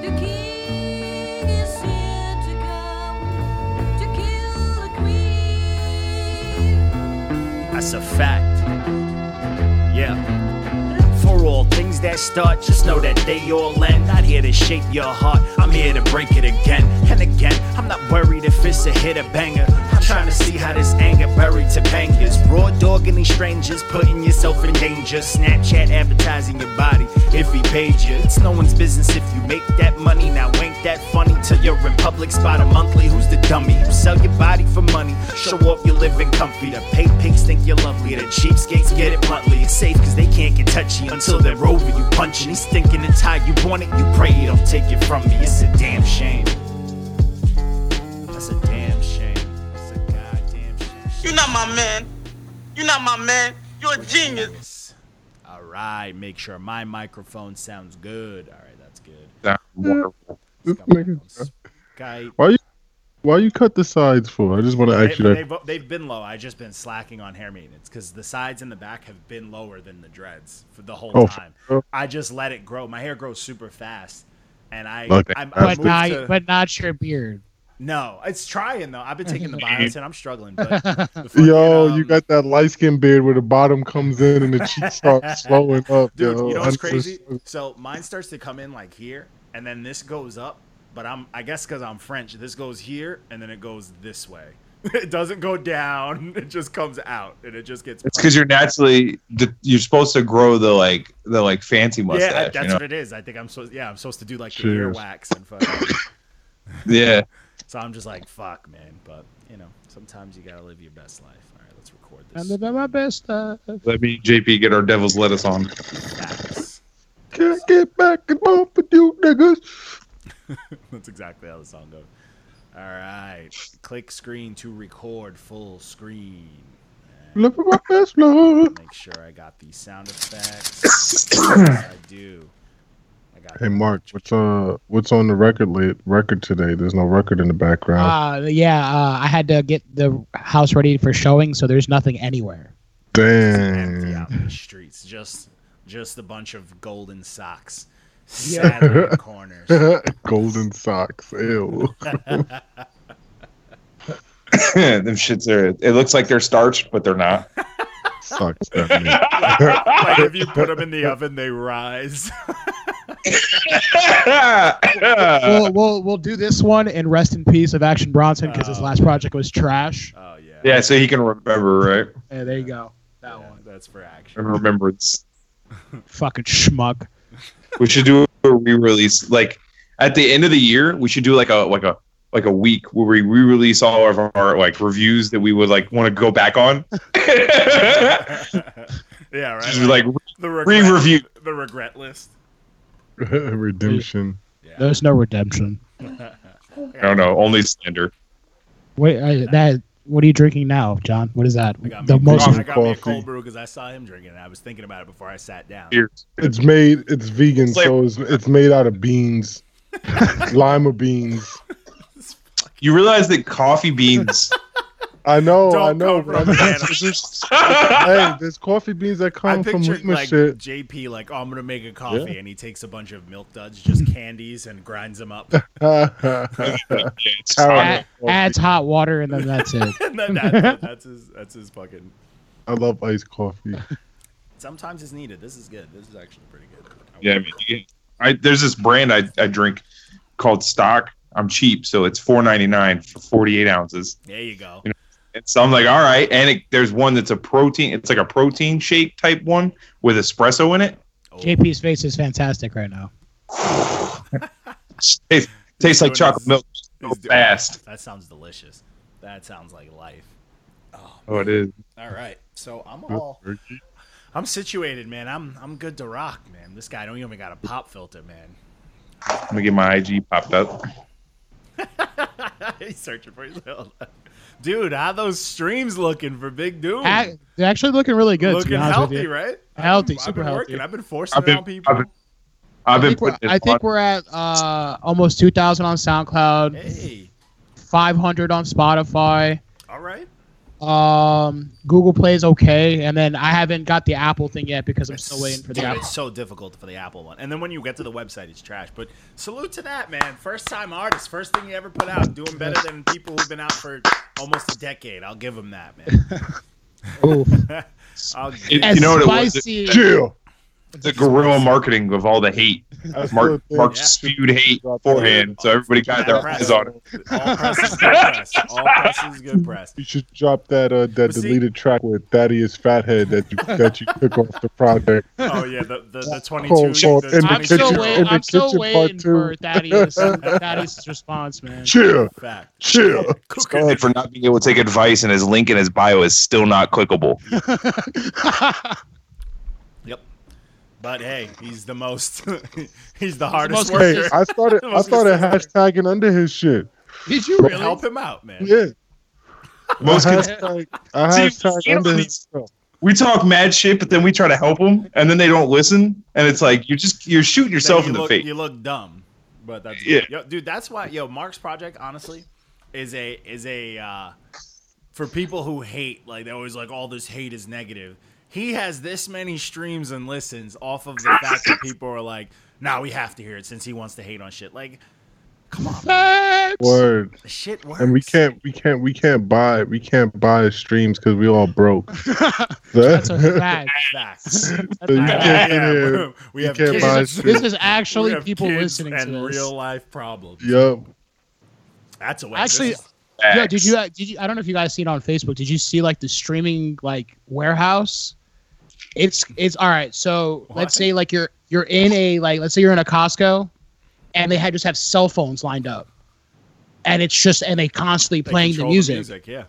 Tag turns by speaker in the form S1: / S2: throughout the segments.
S1: The king is here to come to kill the queen.
S2: That's a fact. Yeah. For all things that start, just know that they all end. Not here to shape your heart, I'm here to break it again and again. I'm not worried if it's a hit or banger. I'm trying to see how this anger buried to bangers. Raw dogging these strangers, putting yourself in danger. Snapchat advertising your body if he paid you. It's no one's business if you make that money. Now ain't that funny till you're in public spot a monthly. Who's the dummy? You sell your body for money, show off you're living comfy. The paid pigs think you're lovely, the cheapskates get it bluntly. It's safe cause they can't get touchy until they're over you punching. He's thinking it's how you want it, you pray you don't take it from me. It's a damn shame. That's a damn shame. That's a goddamn shame.
S3: You're not my man. You're not my man. You're a genius.
S2: All right, make sure my microphone sounds good. All right, that's good.
S4: That's wonderful.
S2: Got my
S5: Nigga,
S2: phone Skype.
S5: Why you why you cut the sides for? I just want to
S2: They've,
S5: actually.
S2: they've, they've been low. I've just been slacking on hair maintenance because the sides and the back have been lower than the dreads for the whole
S5: Oh,
S2: time.
S5: sure.
S2: I just let it grow. My hair grows super fast, and I
S5: Okay.
S2: I'm, I
S5: But
S2: moved
S6: but not
S2: to-
S6: but not your beard.
S2: no, it's trying though. I've been taking the biotin. I'm struggling. But the fucking,
S5: Yo,
S2: um,
S5: you got that light skin beard where the bottom comes in and the cheeks start slowing up.
S2: dude.
S5: yo.
S2: you know what's
S5: I'm
S2: crazy?
S5: just-
S2: So mine starts to come in like here, and then this goes up. But I'm I guess because I'm French, this goes here, and then it goes this way. It doesn't go down. It just comes out, and it just gets.
S4: It's because you're naturally you're supposed to grow the like the like fancy mustache.
S2: Yeah, I- that's
S4: you know?
S2: what it is. I think I'm supposed. Yeah, I'm supposed to do like the ear
S5: Cheers.
S2: wax and fucking.
S4: Yeah.
S2: so I'm just like, fuck, man. But you know, sometimes you gotta live your best life. All right, let's record
S6: I
S2: this.
S6: live at my best stuff.
S4: Let me JP get our devil's lettuce on.
S2: Facts.
S5: Can't get back and bump with you niggas.
S2: That's exactly how the song goes. All right, click screen to record full screen. All right,
S5: Look at my best love.
S2: Make sure I got the sound effects. Yes, I do. I got.
S5: Hey Mark, what's uh what's on the record late record today? There's no record in the
S2: Ah,
S5: background.
S6: Uh, yeah, uh, I had to get the house ready for showing, so there's nothing anywhere.
S2: empty
S5: Damn.
S2: out in the streets. Just, just a bunch of golden socks, sadly in corners.
S5: Golden socks. Ew.
S4: Them shits are. It looks like they're starched, but they're not.
S5: Sucks that mean.
S2: like if you put them in the oven, they rise. Uh,
S6: we'll, we'll we'll do this one and rest in peace of Action Bronson because his
S2: Oh,
S6: last project was trash.
S2: Oh yeah.
S4: yeah, so he can remember, right?
S6: Yeah, there you go. That
S2: Yeah,
S6: one,
S2: That's for action.
S4: In remembrance.
S6: fucking schmuck.
S4: We should do a re-release. Like at the end of the year, we should do like a like a like a week where we re-release all of our like reviews that we would like want to go back on. Just
S2: yeah, right.
S4: like
S2: the
S4: re-review.
S2: the regret list.
S5: Redemption.
S2: Yeah.
S6: There's no redemption.
S4: I don't know. Only slander.
S6: Wait, I, that what are you drinking now, John? What is that?
S2: I got,
S6: The
S2: me, a-
S6: most
S2: I got me a
S5: Coffee.
S2: cold brew because I saw him drinking it. I was thinking about it before I sat down.
S4: Here.
S5: It's made it's vegan,
S4: It's like-
S5: so it's it's made out of beans. Lima beans.
S4: You realize that coffee beans.
S5: I know,
S2: Don't
S5: I know.
S2: come
S5: but
S2: from
S5: I'm-
S4: I
S5: hey, there's coffee beans that
S2: I
S5: come from
S2: pictured
S5: Lima
S2: like
S5: shit.
S2: JP like, oh, I'm gonna make a coffee, and he takes a bunch of milk duds, just candies, and grinds them up.
S5: Alright.
S6: add, adds hot water and then that's it.
S2: and then that, that's his. That's his fucking.
S5: I love iced coffee.
S2: Sometimes it's needed. This is good. This is actually pretty good.
S4: yeah, I mean, you get- I, there's this brand I, I drink called Stock. I'm cheap, so it's four ninety nine for forty eight ounces.
S2: There you go.
S4: And so I'm like, all right. And it, there's one that's a protein. It's like a protein shake type one with espresso in it.
S2: Oh.
S6: JP's face is fantastic right now.
S4: Tastes, tastes like
S2: doing
S4: chocolate
S2: this.
S4: milk so
S2: He's doing-
S4: fast.
S2: That sounds delicious. That sounds like life. Oh,
S4: Oh, it is.
S2: all right. So I'm all I'm situated, man. I'm I'm good to rock, man. This guy don't even got a pop filter, man.
S4: Let me get my IG popped up.
S2: He's searching for his Dude, how those streams looking for Big Dude?
S6: Ac- They're actually looking really good. to
S2: looking
S6: be honest with
S2: healthy,
S6: you.
S2: right?
S6: Healthy,
S2: I've been,
S6: super
S2: I've been
S6: healthy.
S2: working. I've been forcing
S4: I've
S2: it
S4: been,
S2: on people.
S4: I've been, I've
S6: I
S4: been
S6: think, we're,
S4: putting this
S6: I think
S4: on-
S6: we're at uh, almost 2,000 on SoundCloud,
S2: hey,
S6: 500 on Spotify.
S2: all right.
S6: Um, Google Play's okay, and then I haven't got the Apple thing yet because I'm still waiting for the
S2: Dude,
S6: Apple.
S2: It's so difficult for the Apple one. And then when you get to the website, it's trash. But salute to that, man. First time artist, first thing you ever put out, doing better than people who've been out for almost a decade. I'll give them that, man.
S6: Oof.
S2: I'll
S4: It-
S6: As
S4: you know what it was?
S6: spicy.
S5: Chill.
S4: the guerrilla marketing of all the hate. Mark, Mark
S2: Yeah.
S4: spewed hate beforehand, so everybody got their eyes on it.
S2: all press is good press. All press is good press.
S5: You should drop that uh, that
S2: But see-
S5: deleted track with Thaddeus Fathead that you that you took off the project.
S2: Oh yeah, the the, the twenty
S5: Cold,
S2: two.
S5: cold,
S2: The
S5: in the
S2: 22
S6: I'm still
S5: kitchen- in
S6: waiting.
S5: the
S6: I'm still
S5: kitchen
S6: waiting
S5: part two.
S6: for Thaddeus. Thaddeus' response, man.
S5: Chill,
S2: fact.
S5: chill.
S4: Go ahead for not being able to take advice, and his link in his bio is still not clickable.
S2: Yep. But hey, he's the most. he's the
S6: most
S2: hardest
S5: Hey,
S2: worker.
S5: I started
S2: I
S5: I
S2: was
S5: started
S2: gonna say
S5: hashtagging under his shit.
S6: Did you
S2: We'll help him out, man.
S5: Yeah,
S4: Most
S5: I
S4: cons-
S5: hashtag, I
S4: See,
S5: hashtag
S4: you know
S5: under
S4: these-
S5: his stuff.
S4: we talk mad shit, but then we try to help them, and then they don't listen, and it's like you're just you're shooting
S2: that
S4: yourself
S2: you
S4: in the
S2: look,
S4: face.
S2: You look dumb, but that's
S4: Yeah.
S2: Yo, dude, that's why yo Mark's project honestly is a is a uh, for people who hate like they're always like all this hate is negative. He has this many streams and listens off of the fact that people are like, nah, we have to hear it since he wants to hate on shit. Like, come on, man.
S5: Word.
S2: The shit works.
S5: and we can't we can't we can't buy we can't buy streams because we all broke.
S6: That's a fact.
S2: facts.
S6: That's a
S5: You
S2: Yeah,
S6: fact.
S5: can't get
S2: yeah,
S5: in.
S2: we
S5: You
S2: have
S5: can't
S2: kids.
S5: buy
S2: We
S5: shit.
S6: This is actually
S2: have
S6: people
S2: kids
S6: listening
S2: and
S6: to this.
S2: real life problems.
S5: yep.
S2: That's a way.
S6: Actually,
S2: this is-
S6: Yeah, did you? uh, Did you? I don't know if you guys seen on Facebook. Did you see like the streaming like warehouse? It's it's all right. So
S2: What?
S6: let's say like you're you're in a like let's say you're in a Costco, and they had just have cell phones lined up, and it's just and they constantly
S2: they
S6: playing the
S2: control
S6: music.
S2: Yeah,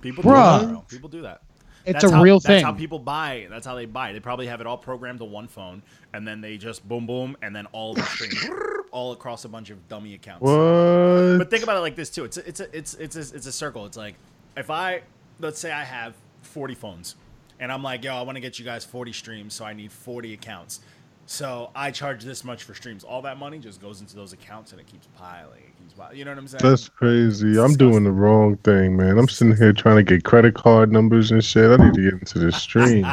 S2: people
S6: Bruh.
S2: do that. bro. People do that.
S6: It's
S2: That's
S6: a
S2: how-
S6: real
S2: That's
S6: thing.
S2: how people buy. That's how they buy. They probably have it all programmed to one phone, and then they just boom, boom, and then all the stream, all across a bunch of dummy accounts.
S5: What?
S2: But think about it like this too. It's a, it's a, it's it's a, it's a circle. It's like if I let's say I have 40 phones, and I'm like, yo, I want to get you guys 40 streams, so I need 40 accounts. So I charge this much for streams. All that money just goes into those accounts, and it keeps piling. It keeps piling. You know what I'm saying?
S5: That's crazy. I'm
S2: Disgusting.
S5: doing the wrong thing, man. I'm sitting here trying to get credit card numbers and shit. I need to get into the stream.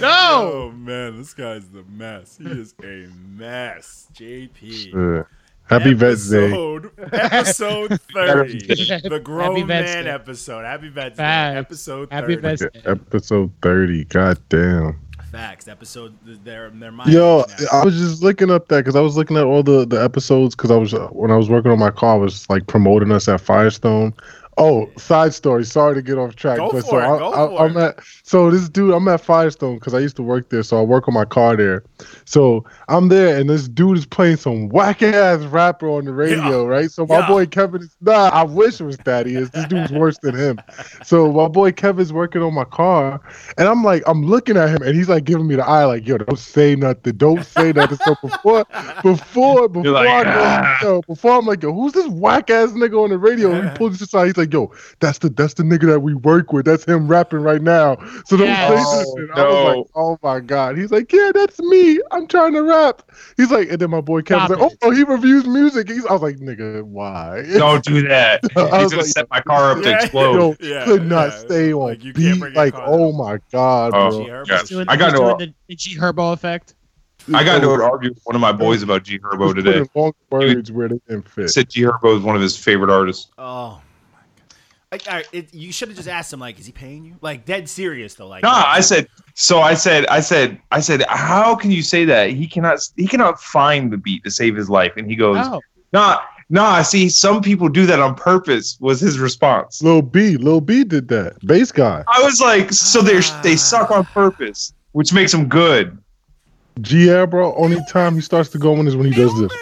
S6: no,
S2: Oh man, this guy's the mess. He is a mess. JP.
S5: Yeah. Happy Vets Day.
S2: episode, Episode 30.
S6: Happy
S2: the grown
S6: Vets
S2: man
S6: Day.
S2: episode. Happy Vets Day.
S6: Facts.
S2: Episode 30.
S6: Happy Vets
S5: Yeah,
S6: Day.
S5: Episode 30. God damn.
S2: Facts. Episode, they're, they're mine.
S5: Yo,
S2: now.
S5: I was just looking up that because I was looking at all the the episodes because I was uh, when I was working on my car, I was like promoting us at Firestone. Oh, side story. Sorry to get off track,
S2: Go
S5: but
S2: for
S5: so
S2: it,
S5: I,
S2: go
S5: I,
S2: for
S5: I'm at so this dude. I'm at Firestone because I used to work there, so I work on my car there. So I'm there, and this dude is playing some whack ass rapper on the radio, right? So my
S2: Yeah.
S5: boy Kevin is nah. I wish it was Thaddeus. This dude's worse than him. So my boy Kevin's working on my car, and I'm like, I'm looking at him, and he's like giving me the eye, like, yo, don't say nothing, don't say nothing. So before, before, before
S4: like,
S5: I go,
S4: "Ah."
S5: yo, before I'm like, yo, who's this whack ass nigga on the radio? He pulls this aside, he's like, yo, that's the that's the nigga that we work with. That's him rapping right now. So don't
S6: Yes.
S5: say nothing. I was
S4: No.
S5: like, oh my god. He's like, yeah, that's me. I'm trying to rap. He's like, and then my boy Kevin's
S6: Stop
S5: like, oh,
S6: it.
S5: oh, he reviews music. He's, I was like, nigga, why?
S4: Don't do that. He's
S5: I was
S4: gonna
S5: like,
S4: set my car up to
S2: Yeah.
S4: explode.
S5: Yo,
S2: Yeah,
S5: could not
S2: yeah.
S5: stay on
S2: Like, you can't
S5: beat.
S2: bring your
S5: Like,
S2: car
S5: oh
S2: down.
S5: my god,
S4: Oh,
S5: bro.
S2: G Herbo's
S4: yes.
S2: doing
S4: I got
S6: he's
S4: into
S6: doing
S4: a,
S6: the, the G Herbo effect.
S4: I got into an argument with one of my boys about G
S5: He was
S4: Herbo
S5: putting
S4: today.
S5: Long words where they didn't
S4: He
S5: fit.
S4: said G Herbo is one of his favorite artists.
S2: Oh. my God. I, I, it, you should have just asked him, like, is he paying you? Like, dead serious, though. Like,
S4: Nah, I said. So I said, I said, I said, how can you say that? He cannot, he cannot find the beat to save his life. And he goes,
S6: Oh,
S4: Nah, nah. See, some people do that on purpose. Was his response?
S5: Lil B, Lil B did that. Bass guy,
S4: I was like, so they are they suck on purpose, which makes them good.
S5: G bro. Only time he starts to go in is when he does this.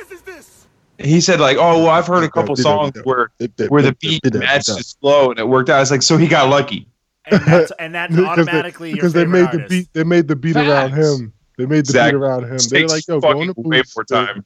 S4: He said like, oh well, I've heard a couple songs where where the beat matched his flow and it worked out. It's like, so he got lucky.
S2: and that's, and that's
S5: Because they-
S2: automatically
S5: because
S2: your
S5: they made
S2: favorite
S5: the beat. They made the beat around
S6: Facts.
S5: him. They made the
S4: Exactly.
S5: beat around him. They're
S4: Takes
S5: like, yo, go in
S4: fucking
S5: the
S4: way
S5: booth.
S4: more time.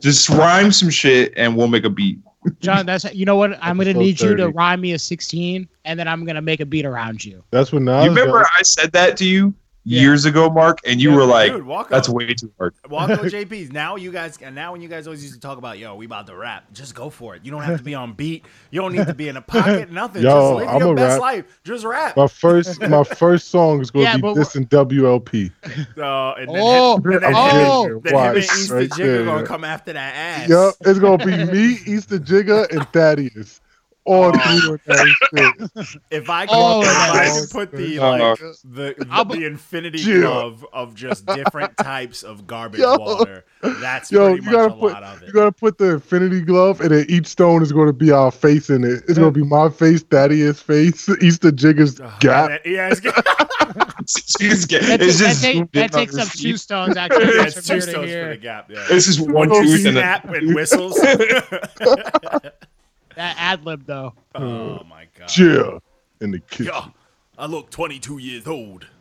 S4: Just rhyme some shit and we'll make a beat.
S6: John, that's you know what? I'm gonna
S5: Episode
S6: need you
S5: 30.
S6: to rhyme me a 16, and then I'm gonna make a beat around you.
S5: That's what Nas.
S4: You remember
S5: does.
S4: I said that to you,
S2: Yeah.
S4: years ago, Mark, and you
S2: Yeah,
S4: were like,
S2: dude, Walko-
S4: "That's way too hard."
S2: Walko JP's. Now you guys, and now when you guys always used to talk about, yo, we about to rap, just go for it. You don't have to be on beat. You don't need to be in a pocket. Nothing.
S5: Yo,
S2: just live
S5: I'm
S2: your
S5: a
S2: best
S5: rap.
S2: life. Just rap.
S5: My first, my first song is gonna
S6: Yeah,
S5: be
S6: but
S5: this and WLP.
S2: Uh, and then
S6: Oh,
S2: him, and then
S6: oh.
S2: him, then him and
S5: Watch,
S2: Easter
S5: right
S2: Jigga
S5: there.
S2: gonna come after that ass.
S5: Yep, it's gonna be me, Easter Jigga, and Thaddeus. All
S2: Oh.
S5: three of those things.
S2: If I could,
S6: Oh,
S2: if I
S5: nice.
S2: could put the
S4: Uh,
S2: like the
S6: I'll
S2: the,
S6: be-
S2: infinity
S5: Yeah.
S2: glove of just different types of garbage
S5: Yo.
S2: water, that's
S5: Yo,
S2: pretty
S5: you
S2: much
S5: gotta
S2: a
S5: put-
S2: lot of
S5: You
S2: it.
S5: gotta put the infinity glove, and then each stone is gonna be our face in it. It's gonna be my face, Thaddeus' face, Easter Jigga's
S2: Ugh,
S5: gap.
S2: and that- Yeah, it's, yeah,
S4: It's get-
S6: That,
S4: it's
S6: ta-
S4: just
S6: that, ta-
S4: zoomed in
S6: that
S4: on
S6: takes
S4: the
S6: up
S4: seat.
S6: two stones actually.
S2: it's
S6: from
S2: two
S6: here
S2: stones
S6: to
S2: for the
S6: here.
S2: gap. Yeah.
S4: It's just one
S5: Oh,
S4: tooth and a
S2: Snap and whistles.
S6: That ad lib though.
S2: oh
S5: Uh,
S2: my god.
S5: Yeah, in the kitchen.
S2: Yo, I look 22 years old.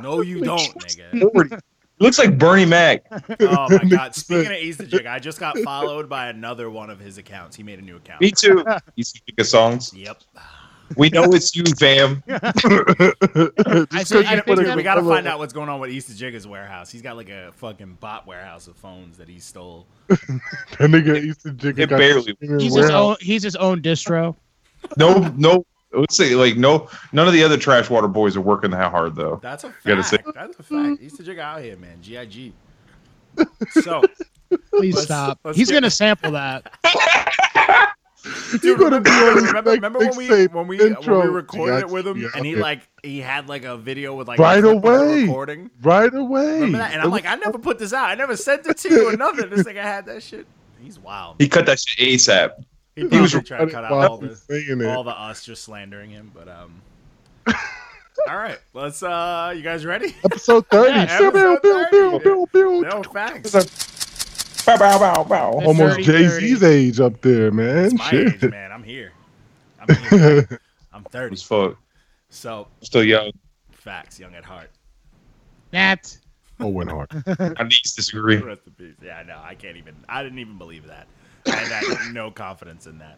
S2: No, you don't, nigga.
S4: forty. Looks like Bernie Mac.
S2: Oh my god. Speaking of Easter Jig, I just got followed by another one of his accounts. He made a new account.
S4: Me too. You speak of songs.
S2: Yep.
S4: We know it's you, fam.
S6: I
S2: So
S6: think, I
S2: you-
S6: think
S2: we,
S6: that,
S2: gotta find out what's going on with Easter Jigga's warehouse. He's got like a fucking bot warehouse of phones that he stole.
S5: That nigga Easter Jigga
S4: It
S5: got
S4: barely-
S5: the
S6: he's his
S5: warehouse.
S6: own he's his own distro.
S4: No, no. Let's say like no. None of the other trash water boys are working that hard though.
S2: That's a
S4: Gotta
S2: fact.
S4: say-
S2: That's a fact. Easter Jigga out here, man. G.I.G. So,
S6: Please
S2: Let's-
S6: stop.
S2: let's
S6: he's
S2: get-
S6: gonna sample that.
S5: You
S2: dude,
S5: gonna be on his
S2: remember,
S5: next
S2: remember when we
S5: mixtape
S2: when we
S5: intro.
S2: when we recorded it with him
S5: Yeah.
S2: and he like he had like a video with like
S5: Right
S2: a clip of the
S5: away.
S2: recording.
S5: right away.
S2: Remember that? And I'm like, I never put this out. I never sent it to you or nothing. This nigga had that shit. He's wild.
S4: He cut that shit ASAP.
S2: He, probably
S4: was
S2: tried to cut out
S5: While
S2: all
S5: he
S2: the
S5: was saying
S2: all
S5: it.
S2: the us just slandering him. But um, all right, let's. uh You guys ready?
S5: Episode thirty.
S2: Yeah,
S5: Bill, bill,
S2: episode
S5: bill,
S2: 30.
S5: bill, bill, bill.
S2: No facts.
S4: That's Bow, bow, bow, bow.
S5: Almost
S6: 30,
S5: Jay Z's
S6: 30.
S5: age up there,
S2: It's
S5: man.
S2: my age,
S5: Shit.
S2: man. I'm here. I'm here. I'm
S4: It
S2: 30.
S4: was fuck.
S2: So
S4: Still young.
S2: facts, young at heart.
S6: Nat.
S5: Owen Hart.
S4: I need to disagree.
S2: Rest in peace. Yeah, no, I can't even. I didn't even believe that. I had no confidence in that.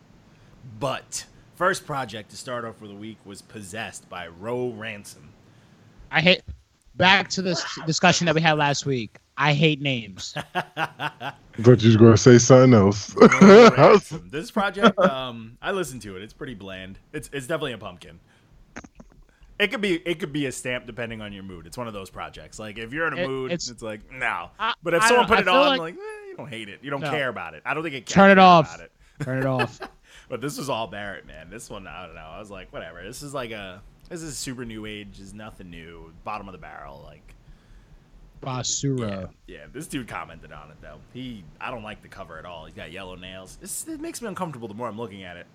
S2: But first project to start off for the week was "Possessed" by Roe Ransom.
S6: I hate back to this discussion that we had last week. I hate names.
S5: Thought you was gonna say something else. I was-
S2: Ransom. This project, um, I listened to it. It's pretty bland. It's it's definitely a pumpkin. It could be it could be a stamp depending on your mood. It's one of those projects. Like if you're in a
S6: It-
S2: mood, it's,
S6: it's-
S2: like no.
S6: I-
S2: But if
S6: I
S2: someone
S6: don't-
S2: put
S6: I
S2: it
S6: feel
S2: on, like,
S6: like-
S2: eh, you don't hate it. You don't
S6: No.
S2: care about it. I don't think it. Can
S6: Turn it
S2: care
S6: off.
S2: About it.
S6: Turn it off.
S2: But this was all Barrett, man. This one, I don't know. I was like, whatever. This is like a this is super new age. Is nothing new. Bottom of the barrel. Like,
S6: Basura.
S2: yeah, this dude commented on it though. He, I don't like the cover at all. He's got yellow nails. This it makes me uncomfortable the more I'm looking at it.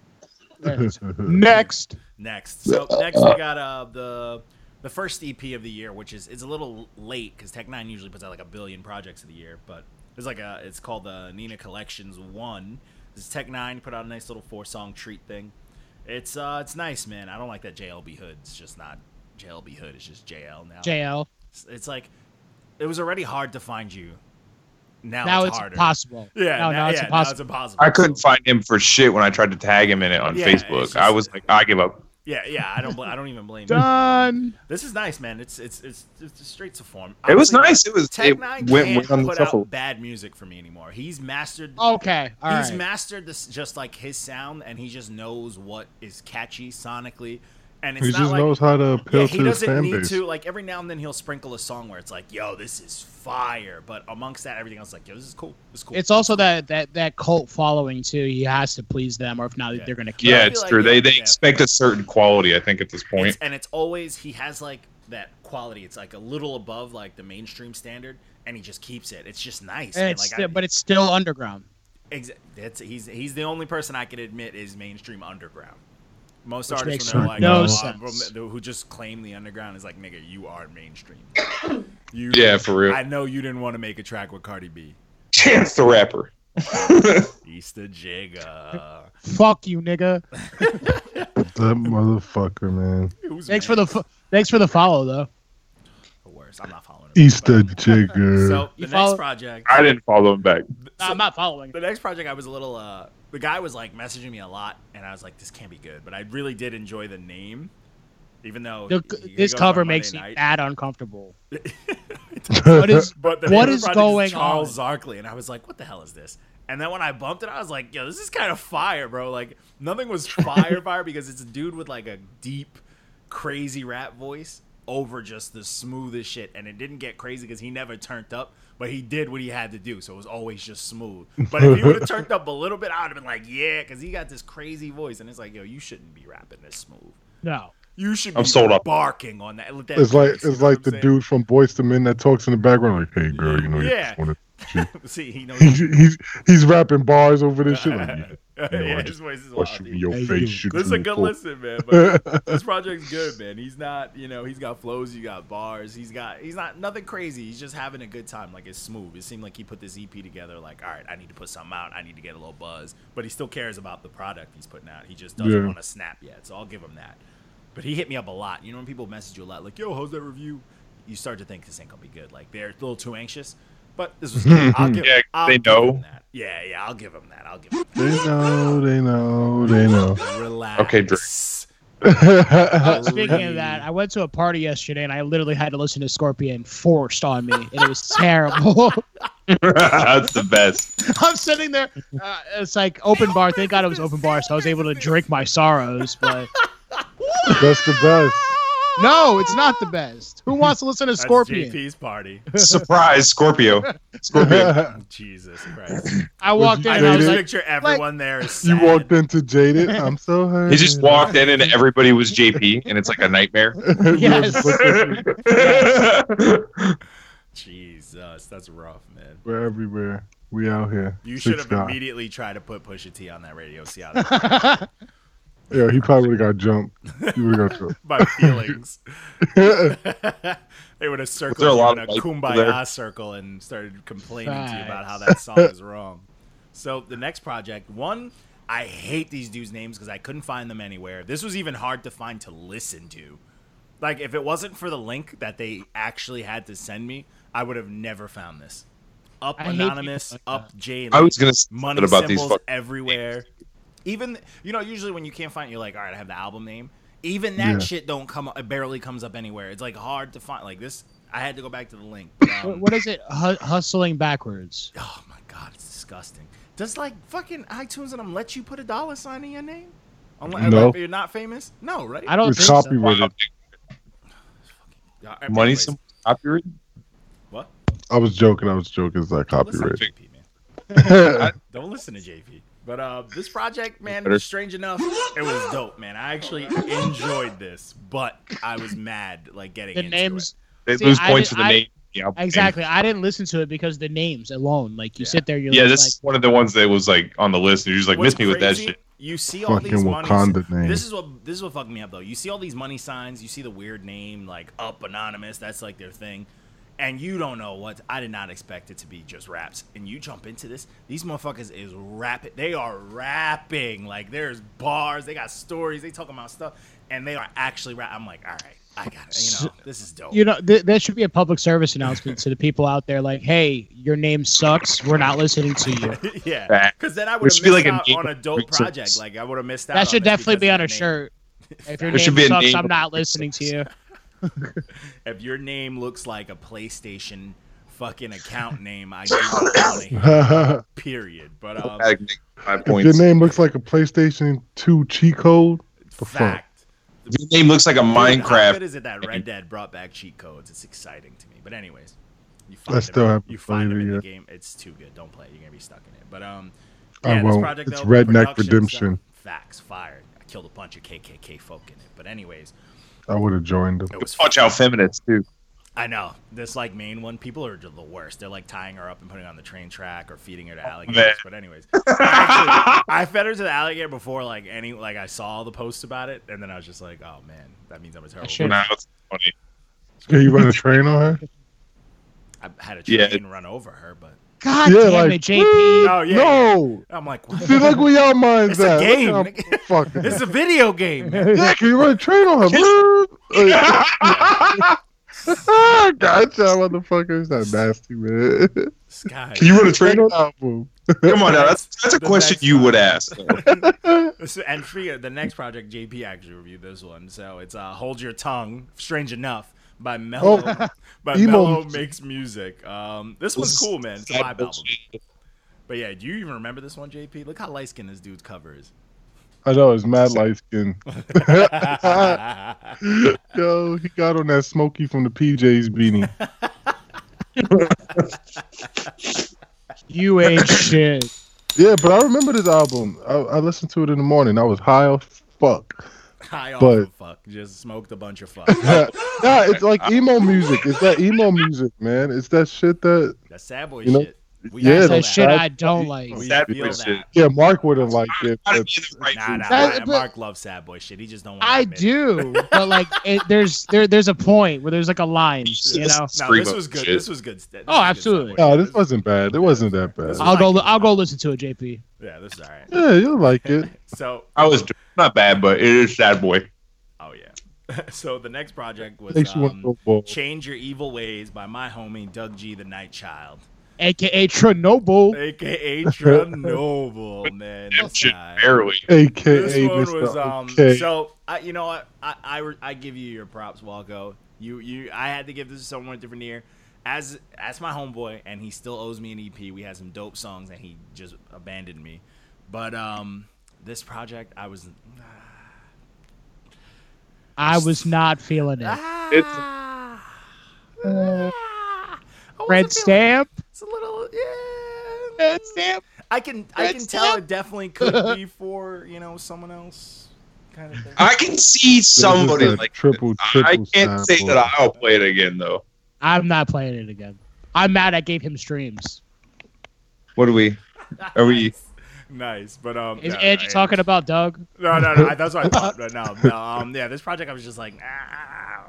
S6: Next.
S2: Next, so next we got uh the the first EP of the year, which is it's a little late because Tech Nine usually puts out like a billion projects of the year, but it's like a it's called the Nina Collections One. This is Tech Nine put out a nice little four song treat thing. It's uh it's nice, man. I don't like that JLB Hood. It's just not JLB Hood. It's just JL now.
S6: JL.
S2: It's, it's like it was already hard to find you. Now,
S6: now
S2: it's,
S6: it's
S2: harder.
S6: impossible.
S2: Yeah, now,
S6: No, now it's
S2: yeah, Now it's
S6: impossible.
S2: impossible.
S4: I couldn't
S2: So-
S4: find him for shit when I tried to tag him in it on
S2: Yeah, it's
S4: Facebook.
S2: just-
S4: I was like, I give up.
S2: Yeah, yeah. I don't. bl- I don't even blame. you.
S6: Done.
S2: This is nice, man. It's it's it's, it's straight to form.
S4: It was
S2: Honestly,
S4: nice. It was
S2: Tech
S4: it
S2: Nine
S4: went went
S2: can't
S4: on the
S2: put out
S4: shuffle.
S2: bad music for me anymore. He's mastered.
S6: Okay. Oh, All
S2: he's
S6: right.
S2: mastered this just like his sound, and he just knows what is catchy sonically. And it's
S5: He
S2: not
S5: just
S2: like
S5: knows how to appeal
S2: yeah,
S5: to
S2: he
S5: his
S2: doesn't
S5: fan
S2: need
S5: base.
S2: to. Like every now and then, he'll sprinkle a song where it's like, "Yo, this is fire," but amongst that, everything else, is like, "Yo, this is cool. This is cool."
S6: it's also that that that cult following too. He has to please them, or if not,
S2: Yeah.
S6: they're gonna kill.
S4: Yeah,
S2: feel
S4: it's
S2: like
S4: true.
S2: it-
S4: They they
S2: yeah.
S4: expect a certain quality, I think, at this point.
S2: It's, and it's always he has like that quality. It's like a little above like the mainstream standard, and he just keeps it. It's just nice.
S6: And
S2: man.
S6: it's
S2: like,
S6: still,
S2: I-
S6: but it's still underground.
S2: Exa- that's he's he's the only person I can admit is mainstream underground. Most
S6: Which
S2: artists
S6: makes
S2: when they're like,
S6: no
S2: oh,
S6: sense.
S2: I'm- who just claim the underground is like, nigga, you are mainstream. You,
S4: Yeah, for real.
S2: I know you didn't want to make a track with Cardi B.
S4: Chance the rapper.
S2: Easter Jigga.
S6: Fuck you, nigga.
S5: That motherfucker, man.
S2: Who's
S6: Thanks
S2: mad?
S6: for the fo- thanks for the follow though.
S2: The worst. I'm not following. it.
S5: Easter
S2: But- So
S5: Jigger.
S2: the
S6: You
S2: next
S6: follow-
S2: project.
S4: I didn't follow him back.
S6: No,
S2: so-
S6: I'm not following.
S2: the next project I was a little uh the guy was like messaging me a lot and I was like this can't be good but I really did enjoy the name Even though
S6: The,
S2: he- he
S6: this
S2: goes
S6: cover
S2: on Monday
S6: makes me
S2: night.
S6: bad uncomfortable. What is
S2: But the
S6: What
S2: Hero
S6: is
S2: Project
S6: going
S2: Charles Zarkley, and I was like, "What the hell is this?" And then when I bumped it, I was like, "Yo, this is kind of fire, bro!" Like nothing was fire, fire because it's a dude with like a deep, crazy rap voice over just the smoothest shit, and it didn't get crazy because he never turned up, but he did what he had to do, so it was always just smooth. But if he would have turned up a little bit, I would have been like, "Yeah," because he got this crazy voice, and it's like, "Yo, you shouldn't be rapping this smooth."
S6: no?
S2: You should be
S4: I'm sold up.
S2: barking on that. Let that
S5: It's like
S2: bass, you
S5: it's
S2: know what
S5: like
S2: I'm
S5: the
S2: saying?
S5: dude from Boys to Men that talks in the background, like, "Hey girl, you know you
S2: Yeah.
S5: just want to."
S2: See, he knows.
S5: He's, he's he's rapping bars over this shit. Like, yeah, I
S2: yeah,
S5: just
S2: his voice is
S5: or
S2: wild.
S5: shoot
S2: dude.
S5: me in your
S6: Hey, you.
S5: face. Shoot
S2: This is a
S5: me in
S2: good
S5: the
S2: listen, man. But
S5: foot.
S2: this project's good, man. He's not, you know, he's got flows, you got bars, he's got, he's not nothing crazy. He's just having a good time. Like it's smooth. It seemed like he put this EP together. Like, all right, I need to put something out. I need to get a little buzz. But he still cares about the product he's putting out. He just doesn't
S5: Yeah.
S2: want to snap yet. So I'll give him that. But he hit me up a lot. You know, when people message you a lot, like, "Yo, how's that review?" You start to think this ain't gonna be good. Like they're a little too anxious. But this was good. I'll give,
S4: Yeah,
S2: I'll
S4: they
S2: give him
S4: know.
S2: that. Yeah, yeah, I'll give him that. I'll give him that.
S5: they know, they know, they know.
S2: Relax.
S4: Okay, Drake.
S6: Speaking of that, I went to a party yesterday and I literally had to listen to Scorpion forced on me, and it was terrible.
S4: That's the best.
S6: I'm sitting there. Uh, it's like open bar. Thank God it was open bar, so I was able to drink my sorrows. But
S5: That's the best.
S6: no, it's not the best. Who wants to listen to
S2: That's
S6: Scorpion?
S2: JP's party.
S4: Surprise, Scorpio. Scorpio.
S2: Jesus Christ.
S6: I walked in
S2: I
S6: and I
S2: just
S6: was like,
S2: picture everyone there. is
S5: you
S2: sad.
S5: walked into jaded. I'm so hurt.
S4: He just walked in and everybody was JP, and it's like a nightmare.
S6: Yes.
S2: Jesus, that's rough, man.
S5: We're everywhere. We out here.
S2: You
S5: Six
S2: should have
S5: God.
S2: immediately tried to put Pusha T on that radio. See how that
S5: Yeah, he probably would have got jumped. He would have got jumped.
S2: my feelings.
S5: yeah,
S2: they would have circled
S4: there a
S2: you
S4: lot
S2: in a
S4: of white people
S2: kumbaya
S4: there?
S2: circle and started complaining to you about how that
S6: Facts.
S2: song is wrong. So the next project, one, I hate these dudes' names because I couldn't find them anywhere. This was even hard to find to listen to. Like if it wasn't for the link that they actually had to send me, I would have never found this. Up
S6: I hate
S2: anonymous,
S6: people like
S2: up J.
S4: I was gonna say
S2: money
S4: something about these
S2: symbols
S4: fuck-
S2: everywhere. Even you know, usually when you can't find, it, you're like, all right, I have the album name. Even that
S5: Yeah.
S2: shit don't come. It barely comes up anywhere. It's like hard to find. Like this, I had to go back to the link. but,
S6: Wh-
S2: um,
S6: what is it? Hu- hustling backwards.
S2: oh my god, it's disgusting. Does like fucking iTunes and them let you put a dollar sign in your name? Unless
S5: No.
S2: if you're not famous. No, right?
S6: I don't
S5: It's
S6: think so.
S5: copyright.
S2: All right,
S4: Money
S2: anyways,
S4: symbols copyright.
S2: What?
S5: I was joking. I was joking. It's like
S2: Don't listen to
S5: copyright.
S2: JP, man. Don't listen to JP. But uh, this project, man,
S4: Better-
S2: was strange enough. It was dope, man. I actually enjoyed this, but I was mad like getting
S6: The
S2: into
S6: names
S4: They
S6: See,
S4: lose
S6: I
S4: points
S6: did-
S4: for the
S6: I-
S4: name. Yeah,
S6: exactly. I didn't listen to it because the names alone. Like you
S2: Yeah.
S6: sit there, you're
S4: Yeah,
S6: like,
S4: this is one of the ones that was like on the list, and you're just
S2: it.
S4: like,
S2: What's
S4: miss me with that
S2: crazy,
S4: shit.
S2: You see all
S5: Fucking
S2: these money.
S5: Wakanda name.
S2: This is what this is what fucked me up though. You see all these money signs. You see the weird name like Up Anonymous. That's like their thing. And you don't know what I did not expect it to be just raps. And you jump into this. These motherfuckers is rapping. They are rapping. Like there's bars. They got stories. They talking about stuff. And they are actually rap. I'm like, all right, I got it. You know, this is dope.
S6: you know, th- there should be a public service announcement to the people out there. Like, hey, your name sucks. We're not listening to you.
S2: yeah,
S4: Fact.
S2: because then I would
S4: There
S2: have
S4: should be,
S2: missed
S4: like, a
S2: out
S4: name
S2: on a dope
S4: resource.
S2: project. Like I would have missed out.
S6: That
S2: on
S6: should
S2: this
S6: definitely
S2: because
S6: be
S2: of
S6: on
S2: the
S6: a
S2: name.
S6: shirt. If your
S4: There should
S6: name
S4: be a
S6: sucks,
S4: name.
S6: I'm not listening to you.
S2: If your name looks like a PlayStation fucking account name, I do not wanna hear it,
S5: if
S2: period. But um,
S4: Like, Five
S5: your
S4: points. Your
S5: name looks like a PlayStation 2 cheat code,
S2: fact.
S4: name, looks like a
S2: Dude, How good
S4: Minecraft.
S2: is it that Red Dead brought back cheat codes? It's exciting to me. But anyways, you
S5: I
S2: find
S5: still
S2: them,
S5: haven't
S2: you find them
S5: played
S2: in
S5: it
S2: the
S5: yet.
S2: game. It's too good. Don't play. it. You're gonna be stuck in it. But um,
S5: I
S2: yeah, this
S5: won't.
S2: project,
S5: It's
S2: though,
S5: Redneck
S2: production
S5: Redemption.
S2: stuff, facts fired. I killed a bunch of KKK folk in it. But anyways,
S5: I would have joined them.
S2: it was
S4: Watch out, feminists too.
S2: I know this like Maine one. People are just the worst. They're like tying her up and putting her on the train track or feeding her to
S4: man.
S2: alligators. But anyways, Actually, I fed her to the alligator before like any like I saw the posts about it, and then I was just like, oh man, that means I'm a terrible.
S6: shit-
S2: person.
S4: Nah, that's funny.
S5: Yeah, you run a train on her?
S2: I had a
S4: Yeah.
S2: train run over her, but
S6: God
S5: Yeah,
S6: damn
S5: like,
S6: it, JP.
S2: Oh, yeah.
S5: No!
S2: I'm like, what?
S5: See, look where y'all minds
S2: It's a
S5: at. Look
S2: game,
S5: how
S2: nigga.
S5: Fucking.
S2: this is a video game. man.
S5: yeah, can you run a train on her? Ah, gotcha, motherfucker. It's not nasty, man.
S2: Sky.
S4: Can you run a train on?
S5: Album.
S4: Come on now, that's that's a
S2: The
S4: question
S2: next
S4: you
S2: time.
S4: would ask. though.
S2: So, and free the next project, JP actually reviewed this one. So it's uh, "Hold Your Tongue." Strange enough, by Mellow.
S5: Oh,
S2: by
S5: emo
S2: Mellow
S5: music.
S2: makes music. Um, this one's cool, man. It's a vibe album. But yeah, do you even remember this one, JP? Look how light skinned this dude's cover is.
S5: I know it's mad light skin.
S2: yeah,
S5: Yo, he got on that Smokey from the PJs beanie.
S6: You ain't shit.
S5: Yeah, but I remember this album. I, I listened to it in the morning. I was high as fuck.
S2: High off
S5: But-
S2: of fuck. Just smoked a bunch of fuck.
S5: nah, it's like emo music. It's that emo music, man. It's that shit that
S2: That's sad boy
S5: You know?
S2: shit. We
S5: Yeah,
S2: feel
S5: the
S6: That
S2: that.
S6: shit I
S4: Oh,
S6: don't like.
S2: We
S4: Sad
S2: feel
S4: boy
S2: that.
S4: shit.
S5: yeah, Mark wouldn't like it.
S4: Gotta
S5: But
S4: be in the right
S2: Nah, nah,
S4: mood.
S6: That-
S2: Mark-
S6: but-
S2: Mark loves sad boy shit. He just don't want to
S6: I do, but like, it, there's there there's a point where there's like a line, you know.
S2: No,
S4: Scream
S2: this
S4: up
S2: was good.
S4: shit.
S2: This was good. st- This
S6: Oh,
S2: was good
S6: absolutely.
S2: Sad Boy
S5: no,
S2: shit.
S5: this wasn't bad. It wasn't that bad.
S6: I'll go. I'll go listen to it, JP.
S2: Yeah, this is all right.
S5: Yeah, you'll like it.
S2: So,
S4: I was not bad, but it is sad boy.
S2: oh yeah. so the next project was
S5: Makes you want to
S2: um,
S5: go bald.
S2: "Change Your Evil Ways" by my homie Doug G, the Night Child,
S6: AKA Chernobyl.
S2: aka Chernobyl. Man,
S4: That
S2: this
S4: shit
S2: guy.
S4: barely.
S5: AKA
S2: This
S5: Mr.
S2: one was um.
S5: okay.
S2: So I, you know what? I, I re- I give you your props, Walco. You you I had to give this to someone with a different ear. As as my homeboy, and he still owes me an EP. We had some dope songs, and he just abandoned me. But um, this project, I was
S6: I was not feeling it.
S2: ah,
S4: It's-
S2: ah, I
S6: Red
S2: wasn't feeling-
S6: stamp.
S2: It's a little yeah.
S6: Red stamp.
S2: I can I
S6: red
S2: can tell
S6: stamp.
S2: it definitely could be for you know someone else kind of thing.
S4: I can see somebody
S5: This is a
S4: like
S5: triple, triple.
S4: I can't say
S5: sample.
S4: that I'll play it again though.
S6: I'm not playing it again. I'm mad. I gave him streams.
S4: What do we? Are we?
S2: nice, but um,
S6: Is
S2: no,
S6: Andrew
S2: no,
S6: talking about Doug?
S2: No, no, no. That's what I thought. But no, no. Um, yeah, this project, I was just like, ah,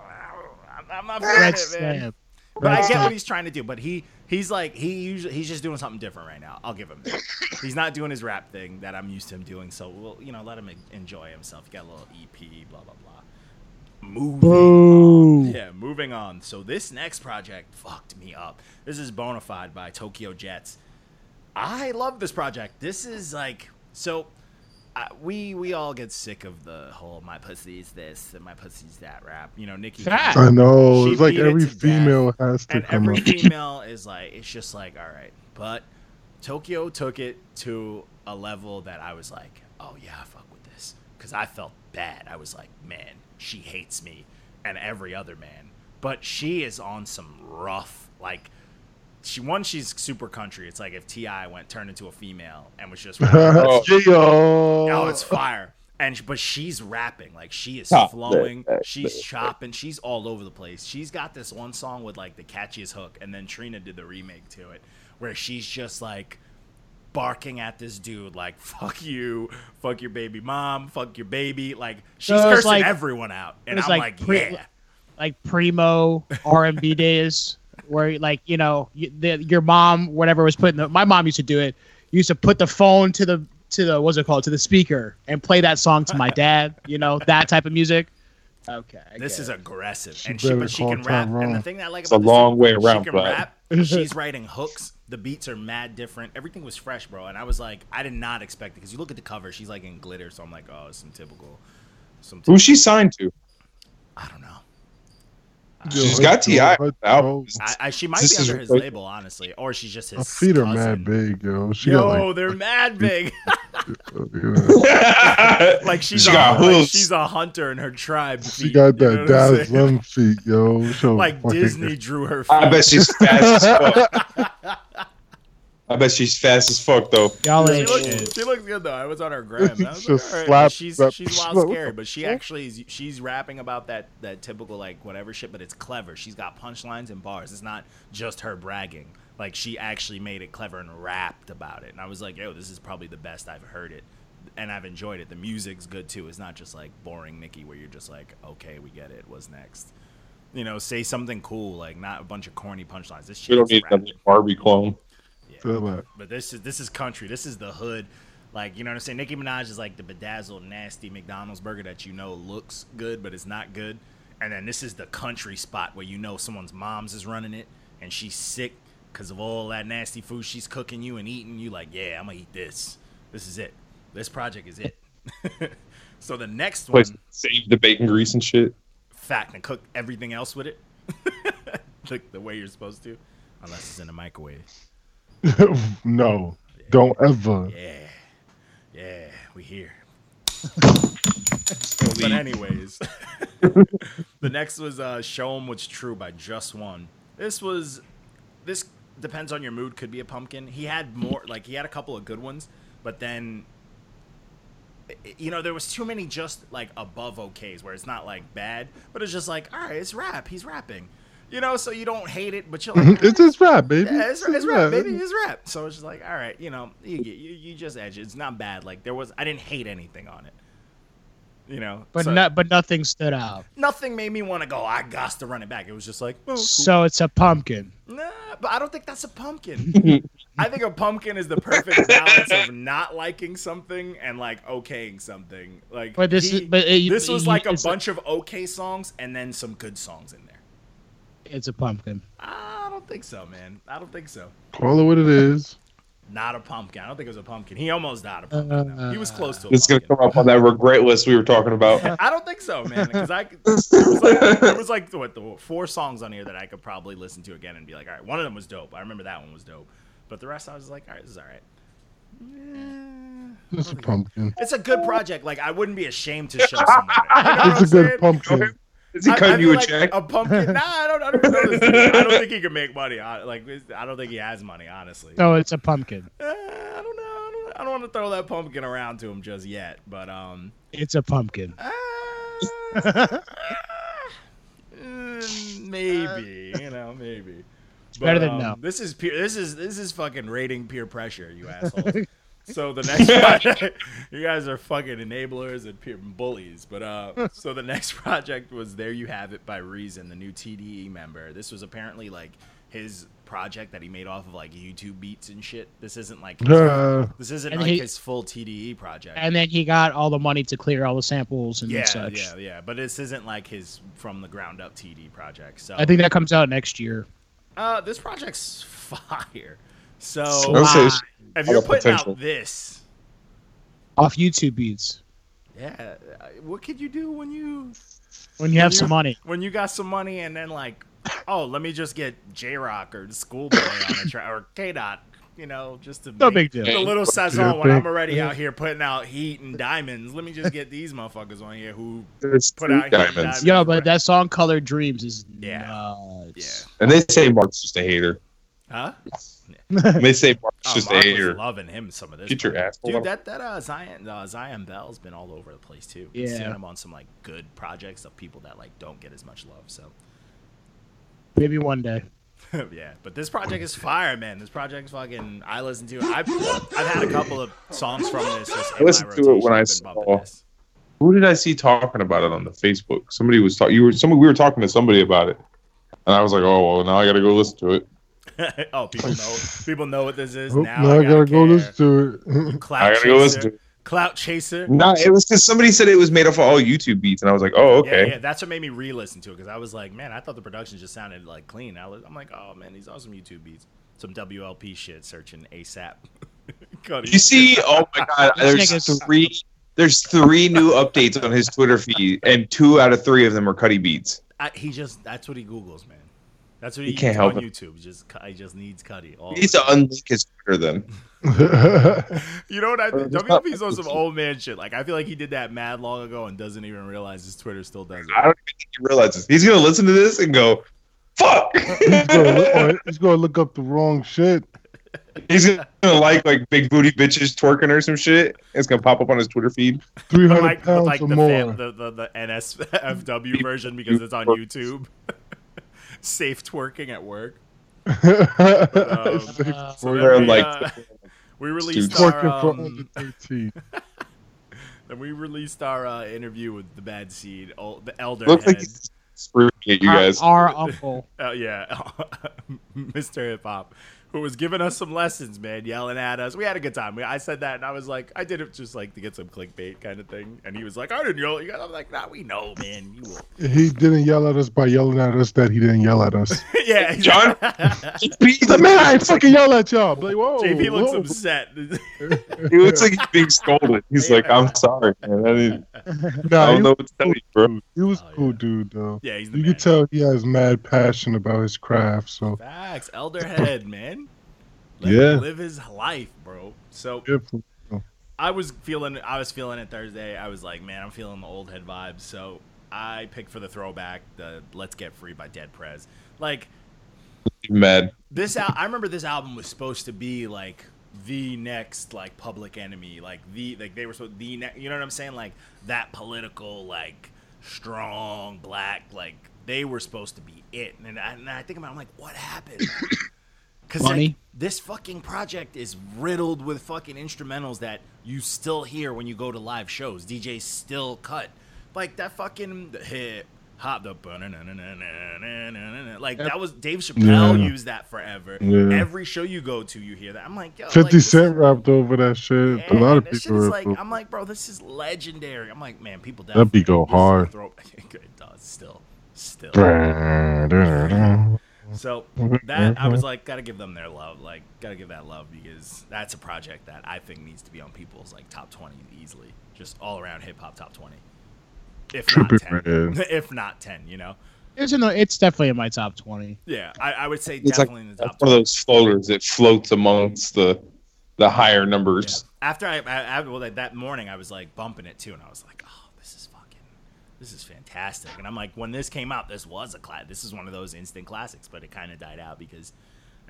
S2: I'm- I'm not feeling it,
S6: Red
S2: man.
S6: stamp.
S2: But
S6: Red
S2: I get
S6: stamp.
S2: what he's trying to do. But he, he's like, he usually, he's just doing something different right now. I'll give him that. He's not doing his rap thing that I'm used to him doing. So we'll, you know, let him en- enjoy himself. Get a little EP, blah blah blah. Moving.
S6: Boo.
S2: Yeah, moving on. So this next project fucked me up. This is Bonafide by Tokyo Jets. I love this project. This is like so. Uh, we we all get sick of the whole "my pussy's this" and "my pussy's that" rap. You know, Nicki.
S6: Fact.
S5: I know.
S2: She
S5: It's like
S2: beat it
S5: every
S2: to death.
S5: female has to
S2: and
S5: come
S2: every
S5: up.
S2: female is like, it's just like, all right. But Tokyo took it to a level that I was like, oh yeah, I fuck with this, because I felt bad. I was like, man, she hates me and every other man. But she is on some rough, like, she one, she's super country. It's like if Ti went turned into a female and was just
S4: Oh.
S5: Yo.
S2: Oh, it's fire. And sh- but she's rapping like she is
S4: Top.
S2: flowing, she's chopping, she's all over the place. She's got this one song with like the catchiest hook, and then Trina did the remake to it, where she's just like barking at this dude like "fuck you, fuck your baby mom, fuck your baby," like she's
S6: So it's
S2: cursing
S6: like-
S2: everyone out, and
S6: it's
S2: I'm like,
S6: like pre-
S2: yeah,
S6: Like primo R&B days, where like you know you, the, your mom, whatever was putting the. My mom used to do it. Used to put the phone to the to the what's it called to the speaker and play that song to my dad. You know that type of music. Okay. I
S2: this
S6: get
S2: is
S6: it.
S2: aggressive,
S5: She
S2: and she
S5: better
S2: but she
S5: call
S2: can rap. And the
S5: Tyrone.
S2: thing that I like
S4: It's
S2: about
S4: a
S2: this
S4: long
S2: song,
S4: way
S2: she
S4: around,
S2: can
S4: bud.
S2: rap. She's writing hooks. The beats are mad different. Everything was fresh, bro. And I was like, I did not expect it because you look at the cover, she's like in glitter. So I'm like, oh, it's some typical. Some typical
S4: Who's she signed to?
S2: I don't know.
S4: She's got Ti.
S5: Her
S4: album.
S2: I, I, she might
S4: This
S2: be
S4: is
S2: under his
S4: like-
S2: label, honestly, or she's just his.
S5: feet are
S2: cousin.
S5: mad big, yo. She
S2: Yo,
S5: got like,
S2: they're mad big.
S5: you know,
S2: like she's
S4: She
S2: a,
S4: got
S2: like
S4: hooves.
S2: she's a hunter and her tribe.
S5: she
S2: feet,
S5: got
S2: you know
S5: that
S2: what I'm
S5: Dallas
S2: saying?
S5: Lum feet, yo. Show
S2: Like
S5: fucking-
S2: Disney drew her. Feet.
S4: I bet she's fast as fuck. I bet she's fast as fuck though.
S6: Y'all
S2: She
S6: ain't shit.
S2: looks, she looks good though. I was on her gram. and I was
S5: Just
S2: like, all right.
S5: slap
S2: She's
S5: that-
S2: she's wild
S5: What the
S2: scary, but she
S5: fuck?
S2: actually is, she's rapping about that that typical like whatever shit, but it's clever. She's got punchlines and bars. It's not just her bragging. Like she actually made it clever and rapped about it. And I was like, yo, this is probably the best I've heard it, and I've enjoyed it. The music's good too. It's not just like boring Nicki where you're just like, okay, we get it. What's next? You know, say something cool, like not a bunch of corny punchlines. This shit
S4: We don't
S2: is
S4: need
S2: rapping.
S4: another Barbie clone.
S5: Feel that.
S2: But this is this is country. This is the hood. Like you know what I'm saying. Nicki Minaj is like the bedazzled, nasty McDonald's burger that you know looks good, but it's not good. And then this is the country spot where you know someone's mom's is running it, and she's sick because of all that nasty food she's cooking you and eating. You like, yeah, I'm gonna eat this. This is it. This project is it. so the next one,
S4: Place save the bacon grease and shit.
S2: fact, and cook everything else with it, like the way you're supposed to, unless it's in the microwave.
S5: no, don't ever.
S2: Yeah, yeah, we here. But
S4: Holy-
S2: anyways, the next was uh, "Show 'Em What's True" by Just One. This was, this depends on your mood. Could be a pumpkin. He had more, like he had a couple of good ones, but then, i- i- you know, there was too many just like above OKs where it's not like bad, but it's just like, all right, it's rap. He's rapping, you know, so you don't hate it, but you're like,
S5: Mm-hmm. It's his rap, baby.
S2: yeah, it's, it's
S5: his
S2: rap, baby. It's rap. So it's just like, all right, you know, you, get- you you just edge. it. It's not bad. Like there was, I didn't hate anything on it. You know,
S6: But
S2: so
S6: no, but nothing stood out.
S2: nothing made me want to go. I got to run it back. It was just like, oh, cool.
S6: So it's a pumpkin.
S2: nah. But I don't think that's a pumpkin. I think a pumpkin is the perfect balance of not liking something and like okaying something. Like,
S6: But this
S2: he-
S6: is but uh, it,
S2: this was
S6: it-
S2: like a
S6: it's
S2: bunch of okay songs and then some good songs in there.
S6: it's a pumpkin.
S2: I don't think so, man. I don't think so.
S5: Call it what it is.
S2: Not a pumpkin. I don't think it was a pumpkin. He almost died a pumpkin.
S6: Uh,
S2: though. he was close to a
S4: This is gonna
S2: pumpkin.
S4: come up on that regret list we were talking about.
S2: I don't think so, man. Because I could- there was like, there was like what the four songs on here that I could probably listen to again and be like, all right, one of them was dope. I remember that one was dope, but the rest I was like, all right, this is all right.
S5: It's a pumpkin.
S2: It's a good project. Like I wouldn't be ashamed to show someone. it. You know what
S5: It's
S2: I'm
S5: a good
S2: saying?
S5: pumpkin.
S4: Is he
S2: I- I
S4: cutting
S2: feel
S4: you a
S2: like
S4: check?
S2: A pumpkin? Nah, I don't. I don't, know this dude. I don't think he can make money. I, like I don't think he has money, honestly.
S6: So it's a pumpkin.
S2: Uh, I don't know. I don't, I don't want to throw that pumpkin around to him just yet. But um,
S6: It's a pumpkin.
S2: uh, mm, maybe you know, maybe. It's
S6: better than no.
S2: This is peer. This is this is fucking rating peer pressure, you assholes. so the next project, you guys are fucking enablers and peer bullies. But uh, so the next project was "There You Have It" by Reason, the new TDE member. This was apparently like his project that he made off of like YouTube beats and shit. This isn't like his-
S5: Uh,
S2: this isn't
S6: And
S2: like
S6: he-
S2: his full TDE project.
S6: And then he got all the money to clear all the samples and
S2: yeah,
S6: such.
S2: yeah, yeah. But this isn't like his from the ground up TD project. So
S6: I think that comes out next year.
S2: uh, this project's fire. So
S4: I would say
S6: Wow.
S4: it's-
S2: if you're
S4: got
S2: putting
S4: potential.
S2: out this,
S6: Off YouTube beats.
S2: yeah, uh, what could you do when you
S6: When you have some money.
S2: when you got some money and then like, oh, let me just get J Rock or Schoolboy on a track or K Dot, you know, just to
S6: No
S2: make-
S6: big
S2: the
S6: deal.
S2: little saison when I'm already out here putting out heat and diamonds. Let me just get these motherfuckers on here who
S4: It's
S2: put out
S4: three
S2: here
S4: diamonds.
S6: Yo, but that song Colored Dreams is
S2: Yeah.
S6: nuts.
S4: And they say Mark's just a hater.
S2: huh?
S4: And they say Mark's
S2: Oh,
S4: just
S2: Mark
S4: a
S2: was
S4: hater.
S2: loving him some of this.
S4: Get your
S2: money.
S4: ass
S2: Dude,
S4: off.
S2: that that uh, Zion uh, Zion Bell's been all over the place too. Yeah,
S6: Yeah.
S2: seeing him on some like good projects of people that like don't get as much love. So
S6: Maybe one day.
S2: yeah, but this project is fire, man. This project's fucking. I listen to. it. I've I've had a couple of songs from this. Just in
S4: I listened
S2: my
S4: to it
S2: rotation.
S4: when I
S2: I've been bumping
S4: saw-
S2: this.
S4: Who did I see talking about it on the Facebook? Somebody was talking. You were somebody. We were talking to somebody about it, and I was like, "Oh well, now I got to go listen to it."
S2: oh, people know people know what this is
S5: oh,
S2: now.
S5: now I gotta go
S2: care.
S5: listen to it.
S2: Clout
S4: I gotta
S2: chaser.
S4: go listen to it.
S2: Clout chaser.
S4: No, it was because somebody said it was made up of all YouTube beats, and I was like, "Oh okay."
S2: Yeah, yeah, that's what made me re-listen to it because I was like, man, I thought the production just sounded like clean. I was, I'm like, oh man, these awesome YouTube beats, some WLP shit, searching ASAP. Go to
S4: You see, oh my god,
S6: This
S4: there's
S6: nigga's-
S4: three. There's three new updates on his Twitter feed, and two out of three of them are Cuddy beats.
S2: I, he just that's what he googles, man. That's what he,
S4: He can't
S2: uses
S4: help
S2: on
S4: it.
S2: YouTube. Just cu- he just needs Cuddy. All
S4: He needs to unlink his Twitter then.
S2: you know what I think?
S4: Or just not-
S2: WLP's on some old man shit. Like I feel like he did that mad long ago and doesn't even realize his Twitter still does
S4: I
S2: it.
S4: don't even think he realizes he's gonna listen to this and go, "Fuck."
S5: he's, gonna look, or he's gonna look up the wrong shit.
S4: he's gonna like like big booty bitches twerking or some shit. It's gonna pop up on his Twitter feed.
S5: Three
S2: But
S5: hundred
S2: like, but
S5: pounds
S2: like
S5: or
S2: the,
S5: more.
S2: fam- the, the the NSFW version because it's on YouTube. Safe twerking at work. Um,
S5: Safe
S2: So
S4: Where
S2: then we,
S4: like
S2: uh, we
S4: Dude.
S2: released our
S5: Twerking for under
S2: um,
S5: thirteen.
S2: then we released our uh, interview with the bad seed, oh, the elder
S4: looks like
S2: head.
S4: he's screwing at you guys.
S6: Our, our uncle.
S2: Uh, yeah, Mr. Oh, Hip Hop. who was giving us some lessons, man, yelling at us. We had a good time. We- I said that, and I was like, I did it just like to get some clickbait kind of thing. And he was like, I didn't yell at you guys. I'm like, Nah, we know, man. You will.
S5: He didn't yell at us by yelling at us that he didn't yell at us.
S2: yeah,
S4: John?
S5: He's like, man, I ain't fucking yell at y'all. But like, whoa,
S2: JP looks
S5: whoa.
S2: upset.
S4: He looks like he's being scolded. He's like, I'm sorry, man. I, didn't,
S5: Nah,
S4: I don't
S5: he,
S4: know what to tell you, bro.
S5: he was
S2: Oh, yeah.
S5: cool, dude. Though
S2: yeah, he's the
S5: you
S2: man.
S5: could tell he has mad passion about his craft. So
S2: Facts, Elderhead, man.
S5: Yeah.
S2: him live his life, bro. So
S5: good for-
S2: I was feeling, I was feeling it Thursday. I was like, man, I'm feeling the old head vibes. So I picked for the throwback, the "Let's Get Free" by Dead Prez. Like
S4: Mad.
S2: this, al- I remember this album was supposed to be like the next like Public Enemy, like the like they were so the ne- you know what I'm saying, like that political like strong black like they were supposed to be it. And I, and I think about, it, I'm like, what happened? Because
S6: Money.
S2: this fucking project is riddled with fucking instrumentals that you still hear when you go to live shows. DJs still cut. Like that fucking hip hop the like that was Dave Chappelle
S5: Yeah.
S2: used that forever.
S5: Yeah.
S2: Every show you go to, you hear that. I'm like, yo, like,
S5: Fifty Cent
S2: this is-
S5: rapped over that shit.
S2: yeah,
S5: a lot of
S2: this shit
S5: people.
S2: is
S5: Rap
S2: like,
S5: over-
S2: I'm like, bro, this is legendary. I'm like, man, people
S5: That beat
S2: definitely-
S5: go
S2: this is a
S5: hard.
S2: throw- it does still, still.
S5: Brrrr,
S2: So that I was like, gotta give them their love. Like, gotta give that love because that's a project that I think needs to be on people's like top twenty easily, just all around hip hop top twenty. If
S5: Trippin'
S2: not ten,
S5: red.
S2: if not ten, you know.
S6: It's in the, it's definitely in my top twenty.
S2: Yeah, I, I would say
S4: It's like-
S2: definitely in the
S4: That's
S2: top
S4: one of
S2: twenty.
S4: those floaters that floats amongst the the higher numbers.
S2: After I, I, I well, that, that morning I was like bumping it too, and I was like, oh, this is fucking, this is fantastic. And I'm like, when this came out, this was a class. This is one of those instant classics, but it kind of died out because,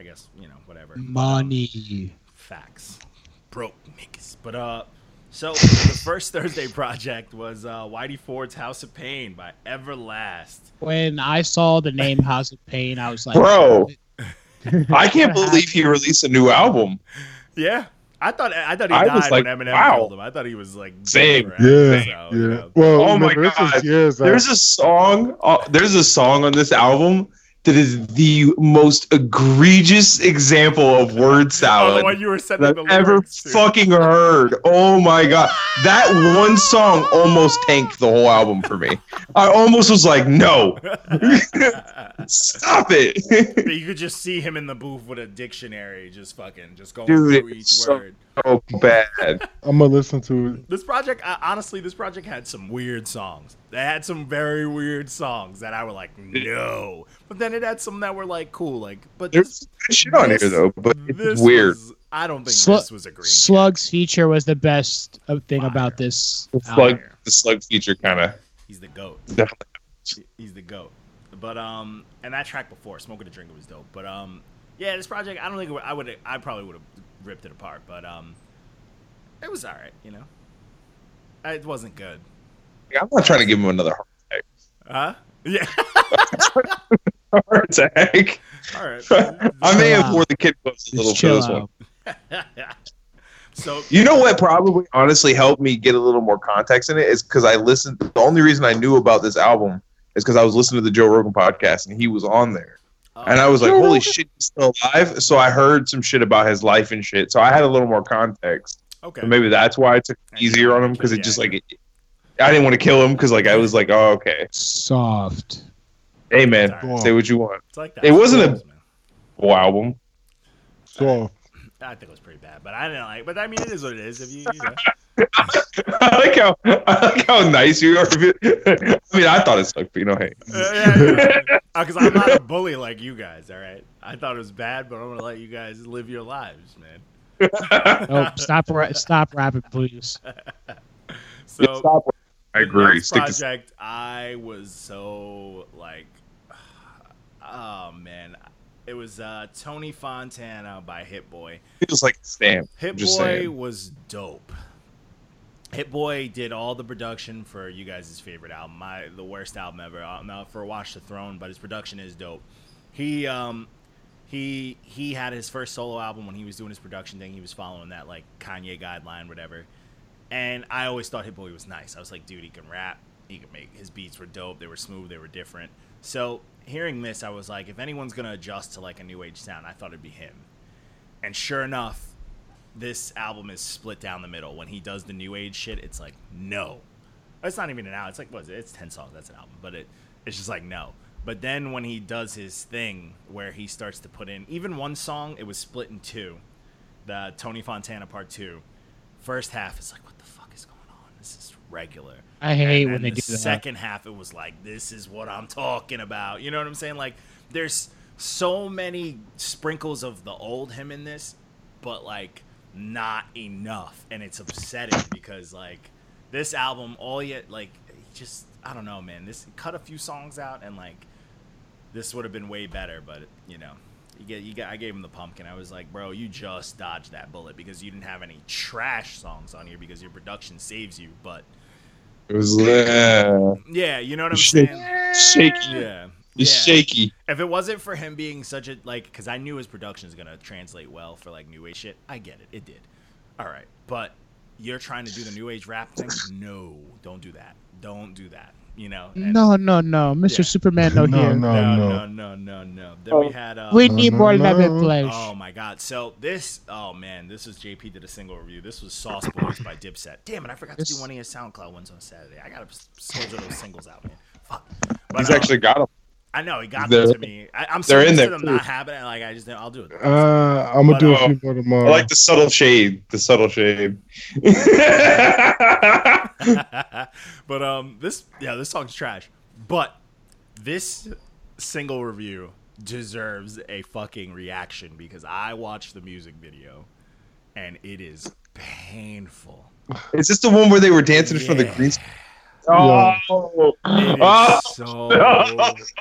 S2: I guess you know whatever.
S4: Mm-hmm.
S6: Money.
S2: Facts. Broke niggas. But uh so the first Thursday project was uh Whitey Ford's House of Pain by Everlast.
S6: When I saw the name House of Pain, I was like,
S4: Bro. I can't believe he released a new album.
S2: Yeah. I thought I thought he
S4: I was
S2: died
S4: like,
S2: when Eminem
S4: wow.
S2: killed him. I thought he was like
S4: Same.
S2: dead,
S5: Yeah,
S2: right?
S5: yeah.
S2: So, you know.
S5: Well,
S4: Oh my
S5: remember, this was
S4: God.
S5: years
S4: There's a song. Uh, there's a song on this album that is the most egregious example of word
S2: Oh, the
S4: salad.
S2: one you were sending
S4: that
S2: the
S4: I've ever
S2: lyrics to.
S4: fucking heard. Oh my god, that one song almost tanked the whole album for me. I almost was like, no, stop it.
S2: you could just see him in the booth with a dictionary just fucking just going
S4: Dude,
S2: through each
S4: it's so-
S2: word.
S4: so bad.
S5: I'm gonna listen to it.
S2: This project, I, honestly, this project had some weird songs. They had some very weird songs that I were like, no. But then it had some that were like cool, like. But
S4: There's good shit on here though, but
S2: this
S4: it's weird.
S2: was- I don't think
S6: Slu-
S2: this was a green.
S6: Slug's feature was the best uh, thing
S2: Fire.
S6: about this.
S4: The
S6: album.
S4: slug, the slug feature kind of
S2: He's the goat.
S4: definitely.
S2: He's the goat. But um, and that track before, "Smoking a Drinker" was dope. But um, yeah, this project, I don't think it would, I would, I probably would have ripped it apart. But um, it was all right, you know. It wasn't good.
S4: I'm not trying to give him another
S2: Huh? Yeah.
S4: heart attack.
S2: all right.
S4: I may
S6: Chill
S4: have wore
S6: out.
S4: the kid gloves a little
S6: Just
S4: for
S6: chill
S4: this one.
S6: out.
S2: so
S4: You know what probably honestly helped me get a little more context in it is because I listened. The only reason I knew about this album is because I was listening to the Joe Rogan podcast and he was on there. And I was like, holy shit, he's still alive. So I heard some shit about his life and shit. So I had a little more context.
S2: okay.
S4: And maybe that's why I took it easier on him because it just like, it, I didn't want to kill him because like I was like, oh, okay.
S6: Soft.
S4: Hey, man,
S2: It's all
S5: right.
S4: say what you want.
S2: It's like that.
S4: It wasn't a- Whole album.
S5: So
S2: I think it was pretty bad, but I didn't like. But I mean, it is what it is. If you, you know.
S4: I like how I like how nice you are. I mean, I thought it sucked, but you know, hey.
S2: Uh, yeah, because I'm not a bully like you guys. All right, I thought it was bad, but I'm gonna let you guys live your lives, man.
S6: Nope. Oh, stop. Ra- stop rapping, please.
S2: So
S4: Stop. I
S2: the
S4: agree.
S2: next
S4: Stick to
S2: project, I was so like, oh man, it was uh, Tony Fontana by Hit Boy.
S4: It was like a stamp.
S2: Hit Boy
S4: Just saying.
S2: was dope. Hit Boy did all the production for you guys' favorite album, my the worst album ever, uh, no, for Watch the Throne, but his production is dope. He um he he had his first solo album when he was doing his production thing. He was following that like Kanye guideline, whatever. And I always thought Hit Boy was nice. I was like, dude, he can rap. He can make his beats were dope. They were smooth. They were different. So hearing this, I was like, if anyone's gonna adjust to like a new age sound, I thought it'd be him. And sure enough, this album is split down the middle. When he does the new age shit, it's like no. It's not even an album. It's like what is it? It's ten songs. That's an album, but it it's just like no. But then when he does his thing, where he starts to put in even one song, it was split in two. The Tony Fontana part two. First half is like what the fuck is going on? This is regular.
S6: I hate
S2: And
S6: when
S2: then
S6: they do
S2: the
S6: that.
S2: second half it was like this is what i'm talking about you know what i'm saying like there's so many sprinkles of the old him in this but like not enough and it's upsetting because like this album all yet like he just i don't know man this cut a few songs out and like this would have been way better but you know you get you got i gave him the pumpkin i was like bro you just dodged that bullet because you didn't have any trash songs on here because your production saves you but
S4: It was uh,
S2: yeah, you know what I'm
S4: Shit.
S2: saying?
S4: shaky.
S2: Yeah.
S4: It's
S2: yeah.
S4: shaky.
S2: If it wasn't for him being such a like cuz I knew his production's going to translate well for like new age shit. I get it. It did. All right. But you're trying to do the new age rap thing? No. Don't do that. Don't do that. You know? And-
S6: No, no, no, Mr.
S2: Yeah.
S6: Superman, no,
S5: No,
S6: here.
S5: no.
S2: no, no,
S5: no.
S2: no, no, no. Then
S6: Oh.
S2: we had uh,
S6: We
S5: No,
S6: need
S5: no,
S6: more
S5: no.
S6: lemon flesh.
S2: Oh my god. So this oh man, this was JP did a single review. This was Sauce Boys by Dipset. Damn it, I forgot to
S6: This-
S2: do one of his SoundCloud ones on Saturday. I gotta s- soldier those singles out, man. Fuck. But,
S4: He's
S2: uh,
S4: actually got him.
S2: I know he got
S4: They're-
S2: them to me. I, I'm
S4: they're
S2: sorry
S4: in
S2: to
S4: there,
S2: them
S4: too.
S2: not having it. Like I just I'll do it.
S5: Uh, I'm gonna
S2: But,
S5: do
S4: uh,
S5: a few more tomorrow.
S4: I like the subtle shade. The subtle shade. yeah, Uh.
S2: but um, this yeah, this song's trash. But this single review deserves a fucking reaction because I watched the music video, and it is painful.
S4: is this the one where they were dancing for the
S2: Yeah.
S4: green?
S5: Yeah.
S4: Oh,
S2: It
S4: Oh,
S2: is so
S4: no.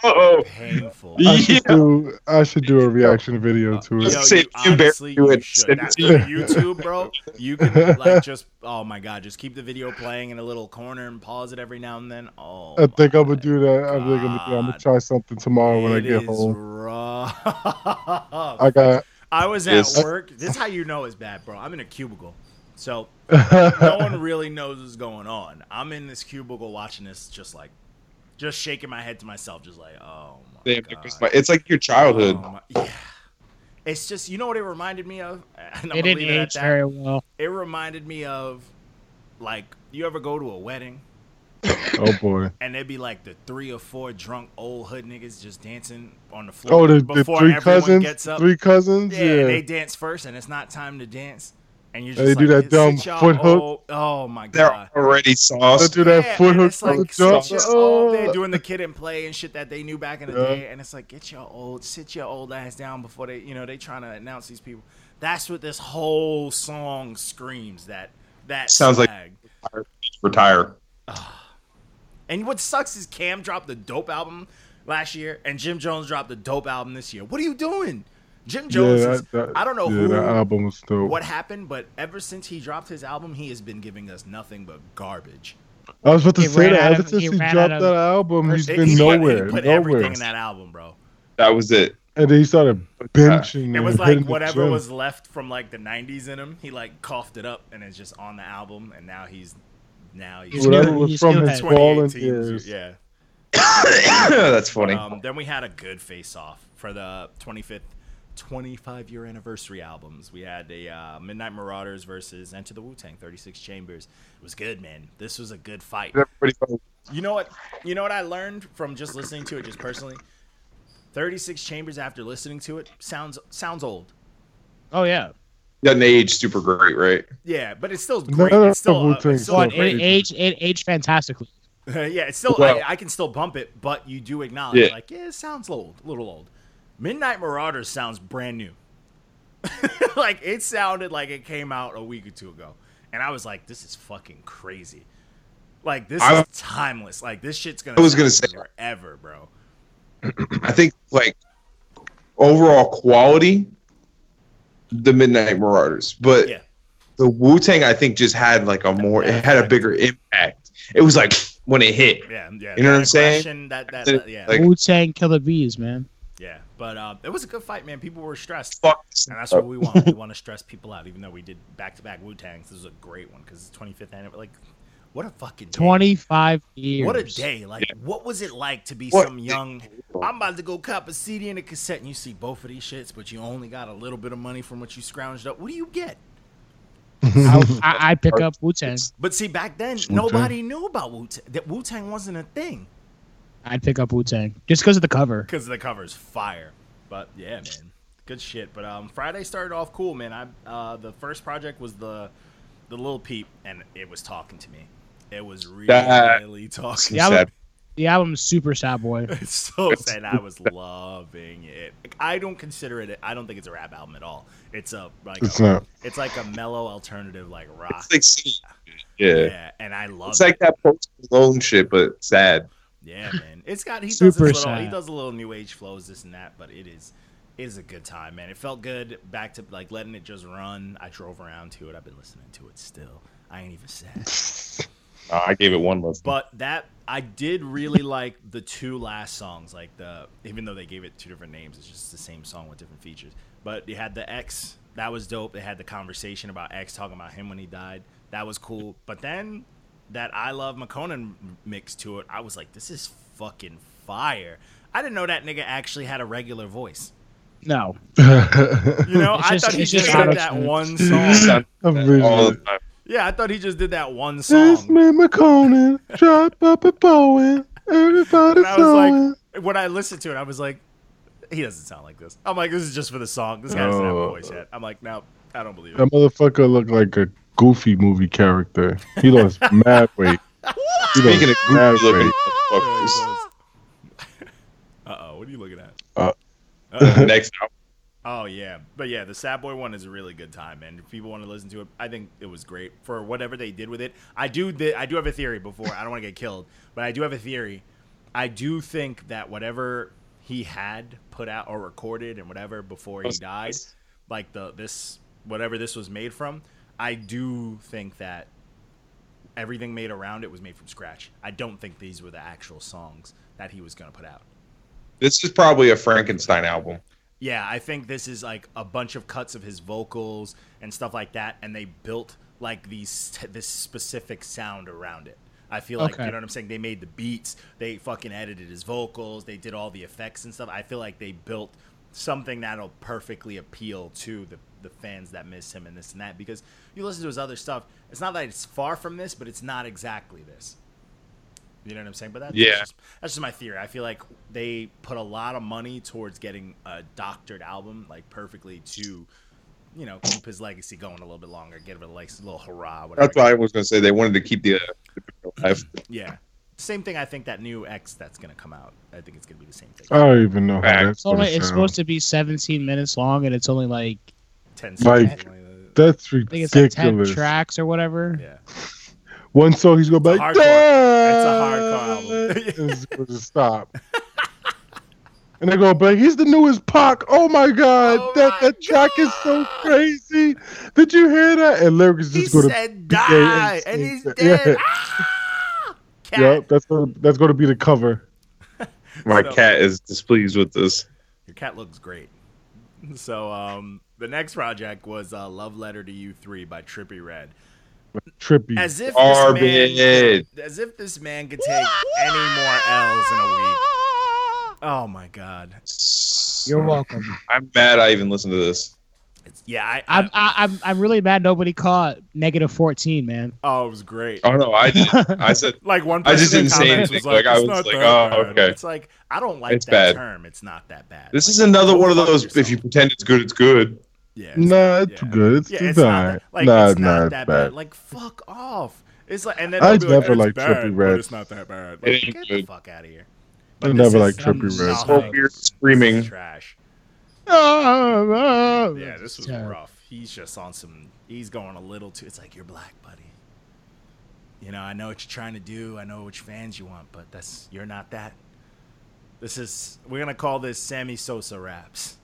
S4: oh.
S2: painful.
S5: I should
S4: Yeah.
S5: do. I should do a reaction video to
S2: Uh, Yo,
S5: it.
S2: you
S4: Say, you
S2: honestly,
S4: better do
S2: you
S4: it.
S2: should.
S4: Send it
S2: That's
S4: to
S2: on YouTube, bro. You can like just oh my god, just keep the video playing in a little corner and pause it every now and then. Oh,
S5: I think
S2: my
S5: I'm gonna do that. I think I'm gonna, do, I'm gonna
S2: God.
S5: try something tomorrow when I
S2: It
S5: get
S2: is
S5: home.
S2: rough.
S5: I
S2: I,
S5: got.
S2: was at
S4: Yes.
S2: work. This is how you know it's bad, bro. I'm in a cubicle. So no
S5: Oh,
S2: one really knows what's going on. I'm in this cubicle watching this just like just shaking my head to myself, just like, oh my
S4: Damn,
S2: god.
S4: it's my- it's like your childhood.
S2: Oh my- yeah. It's just you know what it reminded me of? And
S6: It
S2: I'm
S6: didn't
S2: going
S6: age very well.
S2: It reminded me of like you ever go to a wedding
S5: Oh boy.
S2: and there'd be like the three or four drunk old hood niggas just dancing on the floor
S5: Oh, the, the
S2: before
S5: three
S2: everyone
S5: cousins.
S2: gets up.
S5: Three cousins.
S2: Yeah,
S5: Yeah.
S2: they dance first, and it's not time to dance. And you're
S5: They
S2: just
S5: do
S2: like,
S5: that dumb
S2: "Sit y'all
S5: foot hook."
S2: old- Oh my god.
S4: They're already
S5: Let's
S4: sauced.
S5: do that
S2: Yeah,
S5: foot
S2: and
S5: hook
S2: it's like
S5: jump.
S2: sit y'all old. They're
S5: Oh.
S2: doing the kid and play and shit that they knew back in the
S5: Yeah.
S2: day, and it's like get your old, sit your old ass down before they, you know, they trying to announce these people. That's what this whole song screams. That that
S4: Sounds like-
S2: swag.
S4: Retire.
S2: And what sucks is Cam dropped the dope album last year, and Jim Jones dropped the dope album this year. What are you doing? Jim Jones,
S5: Yeah,
S2: is,
S5: that- Oh. that-
S2: I don't know
S5: yeah,
S2: who
S5: that album was dope.
S2: what happened, but ever since he dropped his album, he has been giving us nothing but garbage.
S5: I was about to
S6: He
S5: say
S6: ran
S5: that.
S6: out
S5: Ever
S6: of-
S5: since
S6: he
S5: he,
S6: ran
S5: dropped
S6: out of
S5: that album, he's
S2: It-
S5: been
S2: he put-
S5: nowhere.
S2: he put
S5: nowhere.
S2: everything in that album, bro.
S4: That was it.
S5: And then he started benching.
S2: It
S5: and
S2: was
S5: hitting
S2: like
S5: the
S2: whatever
S5: gym.
S2: was left from like the '90s in him. He like coughed it up, and it's just on the album. And now he's now he's
S6: Well,
S5: whatever
S6: new-
S5: was
S6: he's
S5: from
S6: new
S5: his
S6: head.
S5: fallen
S2: 2018.
S5: years.
S2: Yeah.
S4: That's funny.
S2: Um, then we had a good face-off for the 25th, 25-year anniversary albums. We had the uh, Midnight Marauders versus Enter the Wu Tang, 36 Chambers. It was good, man. This was a good fight.
S4: Everybody felt-
S2: You know what? You know what I learned from just listening to it, just personally. 36 Chambers after listening to it sounds sounds old.
S6: Oh yeah.
S4: doesn't age super great, right?
S2: Yeah, but it's still
S5: No,
S2: great.
S5: no,
S2: It's still,
S5: Wu
S2: uh, it's
S5: Tang's
S2: still a
S6: But
S5: still
S2: great.
S6: it aged it aged fantastically.
S2: yeah, it's still
S4: Well-
S2: I, I can still bump it, but you do acknowledge
S4: Yeah.
S2: like yeah, it sounds old, a little old. Midnight Marauders sounds brand new. like it sounded like it came out a week or two ago, and I was like, this is fucking crazy. Like this
S4: I-
S2: is timeless. Like this shit's gonna.
S4: I was gonna
S2: sound
S4: say-
S2: forever, bro.
S4: I think like overall quality, the Midnight Marauders, but
S2: Yeah.
S4: the Wu Tang I think just had like a more it had a bigger impact. It was like when it hit.
S2: Yeah, yeah.
S4: You know what
S2: that
S4: I'm saying?
S2: aggression, That, that,
S4: Like-
S2: yeah,
S4: like-
S6: Wu Tang kill the bees, man.
S2: yeah. But uh, it was a good fight, man. People were stressed.
S4: Fuck.
S2: And that's what we want. we want to stress people out, even though we did back to back Wu Tangs. This was a great one because it's 25th anniversary. Like, What a fucking day.
S6: 25 years.
S2: What a day! Like, what was it like to be
S4: What
S2: some young? I'm about to go cop a CD and a cassette, and you see both of these shits, but you only got a little bit of money from what you scrounged up. What do you get?
S6: I, I, I pick up Wu Tang.
S2: But see, back then,
S4: Wu-Tang.
S2: nobody knew about Wu Tang. That Wu Tang wasn't a thing
S6: I'd pick up Wu Tang just because of the cover.
S2: because the cover's fire. But yeah, man, good shit. But um, Friday started off cool, man. I uh, the first project was the the little peep, and it was talking to me. It was really,
S4: That-
S2: talking.
S6: Yeah, I
S4: Sad.
S6: The album's super sad boy.
S2: It's so sad. I was loving it. Like, I don't consider it. I don't think it's a rap album at all. It's a like.
S5: It's
S2: a,
S5: not.
S2: It's like a mellow alternative, like rock.
S4: It's like singing. Yeah.
S2: yeah, and I love
S4: It's like
S2: it.
S4: that post Malone shit, but sad.
S2: Yeah, man. It's got he does
S6: Super
S2: his little, he
S6: sad.
S2: does a little new age flows, this and that. But it is it is a good time, man. It felt good. Back to like letting it just run. I drove around to it. I've been listening to it still. I ain't even sad.
S4: Uh, I gave it one love.
S2: But that I did really like the two last songs. Like the even though they gave it two different names, it's just the same song with different features. But you had the X, that was dope. They had the conversation about X talking about him when he died. That was cool. But then that I Love McConan mix to it, I was like, this is fucking fire. I didn't know that nigga actually had a regular voice.
S6: No.
S2: You know,
S6: It's
S2: I
S6: just-
S2: thought he
S6: it's
S2: just,
S6: just
S2: did that
S6: auto-tune.
S2: one song.
S4: all the
S5: This
S4: time.
S2: Yeah, I thought he just did that one song.
S5: uh, man McConan, drop up a Bowen, everybody's
S2: And I was
S5: going.
S2: like, when I listened to it, I was like, he doesn't sound like this. I'm like, this is just for the song. This guy doesn't have a
S5: Oh.
S2: voice yet. I'm like, no, I don't believe
S5: That
S2: it.
S5: motherfucker looked like a goofy movie character. He lost mad weight. He lost
S4: Speaking of
S5: mad
S4: goofy looking
S5: weight.
S4: motherfuckers,
S2: Uh oh, what are you looking at?
S5: Uh.
S2: Uh-oh.
S4: next album,
S2: oh yeah, but yeah, the Sad Boy one is a really good time, man. If people want to listen to it, I think it was great for whatever they did with it. I do, th- I do have a theory. Before I don't want to get killed, but I do have a theory. I do think that whatever he had put out or recorded and whatever before he died, like the this whatever this was made from, I do think that everything made around it was made from scratch. I don't think these were the actual songs that he was going to put out.
S4: this is probably a Frankenstein album.
S2: Yeah, I think this is like a bunch of cuts of his vocals and stuff like that, and they built like these this specific sound around it. I feel like
S6: Okay.
S2: you know what I'm saying. They made the beats, they fucking edited his vocals, they did all the effects and stuff. I feel like they built something that'll perfectly appeal to the the fans that miss him and this and that. Because you listen to his other stuff, it's not that it's far from this, but it's not exactly this. You know what I'm saying? But that's
S4: Yeah.
S2: just, that's just my theory. I feel like they put a lot of money towards getting a doctored album, like perfectly to, you know, keep his legacy going a little bit longer, give it a like, little hurrah, whatever.
S4: That's why I was gonna say they wanted to keep the. Uh, alive.
S2: Yeah. Same thing. I think that new X that's gonna come out. I think it's gonna be the same thing.
S5: I don't even know how that's
S6: It's only
S5: going
S6: it's supposed to be 17 minutes long, and it's only like
S2: Ten
S5: Like-
S2: seconds.
S5: That's
S6: I think it's like 10
S5: ridiculous.
S6: tracks or whatever.
S2: yeah.
S5: One song he's gonna be
S2: It's a
S5: like,
S2: hardcore- it's a hardcore album.
S5: "Dad!" It's gonna stop. And they're gonna be like, he's the newest Pac. Oh my god,
S2: Oh
S5: that,
S2: my
S5: that track is so crazy. Did you hear that? And lyrics
S2: He
S5: just gonna
S2: said die, and he's dead.
S5: Yeah.
S2: Ah! Cat.
S5: Yep, that's gonna, that's gonna be the cover.
S4: My
S2: So-
S4: cat is displeased with this.
S2: Your cat looks great. So um, the next project was uh, "Love Letter to You 3 by Trippy Red.
S5: Trippy.
S2: As if this
S4: Garbage.
S2: man, as if this man could take any more L's in a week. Oh my god!
S6: You're welcome.
S4: I'm mad I even listened to this.
S2: It's, yeah, I, I,
S6: I'm I, I'm I'm really mad nobody caught negative 14, man.
S2: oh, it was great.
S4: Oh no, I did. I said
S2: Like one
S4: I
S2: person
S4: just
S2: in
S4: didn't say
S2: comments
S4: anything. Like, I
S2: "It's
S4: was
S2: not
S4: like,
S2: that
S4: oh,
S2: bad."
S4: okay.
S2: It's like I don't like
S4: It's
S2: that
S4: bad.
S2: term. It's not that bad.
S4: this
S2: Like,
S4: is another
S2: go
S4: one of
S2: fuck
S4: those.
S2: yourself.
S4: If you pretend it's good, it's good.
S2: yeah, it's
S5: Nah, it's
S2: yeah.
S5: too good. It's
S2: Yeah,
S5: too
S2: it's
S5: bad.
S2: not like
S5: nah,
S2: it's not
S5: nah,
S2: that
S5: it's
S2: bad.
S5: bad.
S2: Like fuck off. It's like and then
S5: I
S2: they'll be
S5: never
S2: like,
S5: liked
S2: it's bad,
S5: Trippie
S2: but
S5: Redd.
S2: It's not that bad.
S4: It
S2: Like,
S4: ain't
S2: get the
S4: good.
S2: fuck out of here.
S5: I
S2: this
S5: never
S2: is
S5: liked
S2: some
S5: Trippie
S6: Red.
S5: Redd.
S2: nothing.
S4: Smoke beer,
S2: This is
S4: screaming.
S2: trash.
S4: Ah,
S2: Yeah,
S6: Yeah,
S2: this was
S4: uh,
S2: rough. He's just on some. He's going a little too. It's like you're black, buddy. You know, I know what you're trying to do. I know which fans you want, but that's you're not that. This is we're gonna call this Sammy Sosa raps.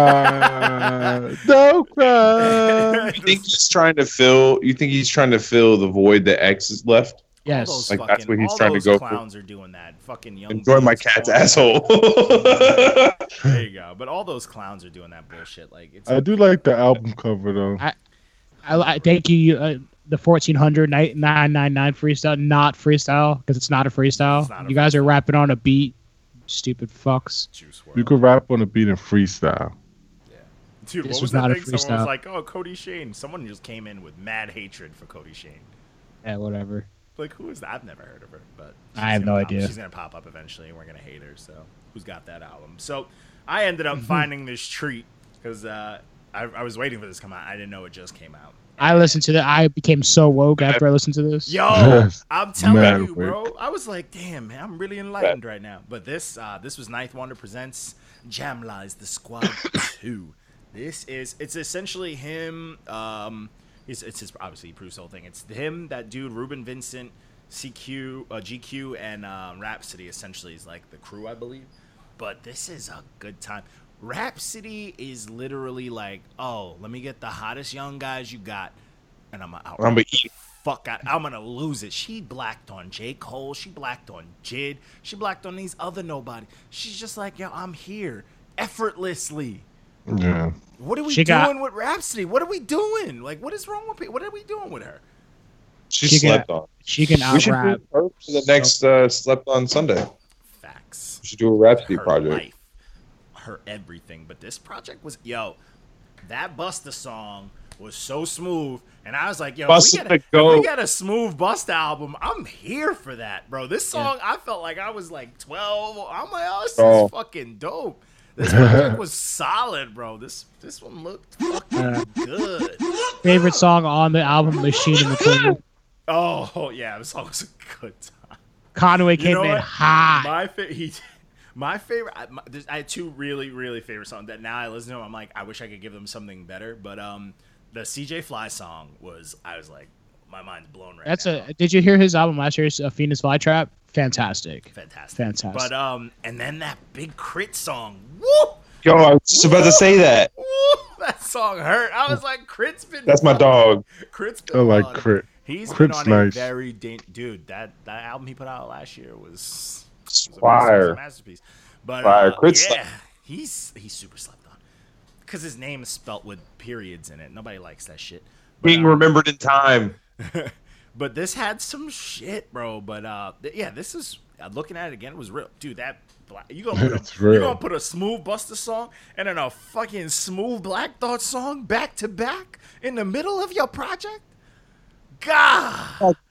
S5: Nah, don't cry.
S4: You think he's trying to fill? You think he's trying to fill the void that X has left?
S2: All
S6: Yes.
S2: those
S4: Like, that's
S2: fucking-
S4: what he's
S2: all
S4: trying to
S2: those
S4: go for.
S2: Clowns are doing that. Fucking young.
S4: Enjoy my
S2: Thieves,
S4: cat's
S2: all that.
S4: asshole.
S2: There you go. But all those clowns are doing that bullshit. Like it's.
S5: I do like the album cover though.
S6: I, I thank you. you uh, the 1400 ni- 999 freestyle not freestyle because it's not a freestyle.
S2: It's not a
S6: you guys are rapping on a beat, stupid fucks.
S2: Juice
S5: You
S2: World.
S5: could rap on a beat and freestyle.
S2: Dude,
S6: This
S2: what was,
S6: was
S2: that
S6: not a
S2: thing? Someone was
S6: freestyle.
S2: like, "Oh, Cody Shane." Someone just came in with mad hatred for Cody Shane.
S6: Yeah, whatever.
S2: Like, who is that? I've never heard of her, but
S6: I
S2: she's
S6: have
S2: gonna
S6: no
S2: pop-
S6: idea.
S2: She's gonna pop up eventually, and we're gonna hate her. So, who's got that album? So, I ended
S6: Mm-hmm.
S2: up finding this treat because uh, I, I was waiting for this to come out. I didn't know it just came out.
S6: I listened to that. I became so woke after I listened to this.
S2: Yo,
S5: Yes.
S2: I'm telling
S5: Man,
S2: you, bro. I was like, damn, man, I'm really enlightened right now. But this, uh, this was Ninth Wonder presents Jam Lies the Squad Two. This is it's essentially him. Um, it's, it's his obviously he proves the whole thing. It's him, that dude, Ruben Vincent, CQ, uh, GQ, and uh, Rhapsody. Essentially, is like the crew, I believe. But this is a good time. Rhapsody is literally like, oh, let me get the hottest young guys you got, and I'm out
S4: I'm gonna eat
S2: fuck out. I'm gonna lose it. She blacked on J. Cole. She blacked on Jid. She blacked on these other nobody. She's just like, yo, I'm here effortlessly.
S5: Yeah.
S2: What are we
S6: She
S2: doing
S6: got-
S2: with Rhapsody? What are we doing? Like, what is wrong with people? What are we doing with her?
S4: She,
S6: She
S4: slept on.
S6: She can
S4: We
S6: out
S4: should
S6: rap.
S4: do her for the next uh, slept on Sunday.
S2: Facts.
S4: We should do a Rhapsody
S2: her
S4: project.
S2: life, her everything. But this project was yo, that Busta song was so smooth, and I was like, yo, if we,
S4: Busta
S2: get a, if
S6: Oh.
S4: go.
S2: we get a smooth Busta album, I'm here for that, bro. This song, I felt like I was like 12. I'm like, oh, this
S4: Bro.
S2: is fucking dope. This project was solid, bro. This this one looked fucking good.
S6: Favorite song on the album, Machine in the Queen.
S2: Oh yeah, this song was a good time.
S6: Conway
S2: You
S6: came
S2: know
S6: in
S2: what?
S6: hot.
S2: My fa- he, my favorite. I, my, there's- I had two really, really favorite songs that now I listen to. Them, I'm like, I wish I could give them something better. But um, the CJ Fly song was. I was like, my mind's blown right
S6: That's
S2: now.
S6: a. Did you hear his album last year's uh, Phoenix Flytrap? Fantastic.
S2: fantastic,
S6: Fantastic.
S2: But um, and then that big crit song. Woo!
S4: Yo, I was just about to say that.
S2: Woo! That song hurt. I was like, Crit's been.
S4: That's my dog.
S2: Crit's been
S5: I like
S2: on-
S5: Crit.
S2: He's
S5: Crit's
S2: been on
S5: nice.
S2: a very da- dude. That that album he put out last year was was
S4: It's
S2: a masterpiece-
S4: Fire.
S2: masterpiece. But
S4: Fire.
S2: uh,
S4: Crit's
S2: yeah, he's he's super slept on because his name is spelt with periods in it. Nobody likes that shit. But,
S4: Being
S2: uh,
S4: remembered in time.
S2: but this had some shit, bro. But uh, th- yeah, this is uh, looking at it again. It was real, dude. That black, you gonna put
S5: It's
S2: a, you
S5: real.
S2: gonna put a smooth Buster song and then a fucking smooth Black Thought song back to back in the middle of your project? God.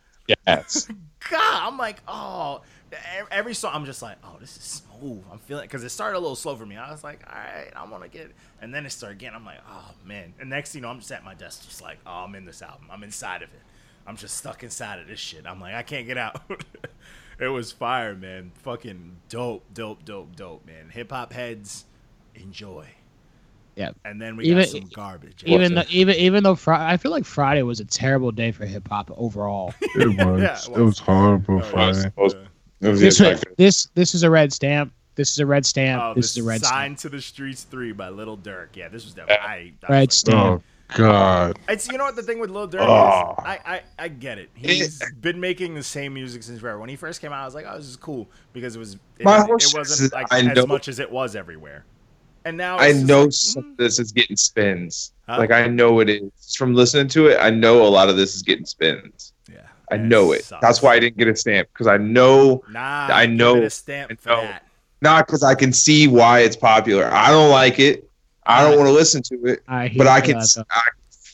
S4: Yes.
S2: God, I'm like, oh, e- every song, I'm just like, oh, this is smooth. I'm feeling because it started a little slow for me. I was like, all right, I want to get, and then it started again. I'm like, oh man. And next, thing you know, I'm just at my desk, just like, oh, I'm in this album. I'm inside of it. I'm just stuck inside of this shit. I'm like, I can't get out. it was fire, man. Fucking dope, dope, dope, dope, man. Hip hop heads, enjoy.
S6: Yep.
S2: And then we
S6: Even-
S2: got some garbage.
S6: even though, even even though Fri I feel like Friday was a terrible day for hip hop overall.
S5: It was.
S2: Yeah, it
S5: it, was.
S2: was.
S5: horrible.
S2: it
S5: Friday.
S4: It was- it was
S6: this,
S4: the
S6: this this is a red stamp. This is a red stamp.
S2: Oh,
S6: this,
S2: this
S6: is a red stamp.
S2: Sign to the Streets 3 by Little Dirk. Yeah, this was definitely. I, I
S6: Red
S2: was like,
S6: Stamp.
S5: Oh God.
S2: It's you know what the thing with Lil Durk
S4: Oh.
S2: is. I, I I get it. He's been making the same music since forever. When he first came out, I was like, oh, this is cool because it was it,
S4: My
S2: it
S4: whole shit
S2: wasn't
S4: is
S2: like
S4: I
S2: as
S4: know-
S2: much as it was everywhere. And now
S4: I
S2: it's just
S4: know
S2: like,
S4: some
S2: mm,
S4: of this is getting spins.
S2: Huh?
S4: Like I know it is. Just From listening to it, I know a lot of this is getting spins.
S2: yeah,
S4: I
S2: and
S4: know it.
S2: sucks.
S4: That's why I didn't get a stamp because I know
S2: Nah,
S4: I
S2: give
S4: know-
S2: it a stamp
S4: I
S2: for
S4: know.
S2: that.
S4: not because I can see why it's popular. I don't like it. I don't want to listen to it,
S6: I hear
S4: but I
S6: you
S4: can
S6: on that,
S4: s- I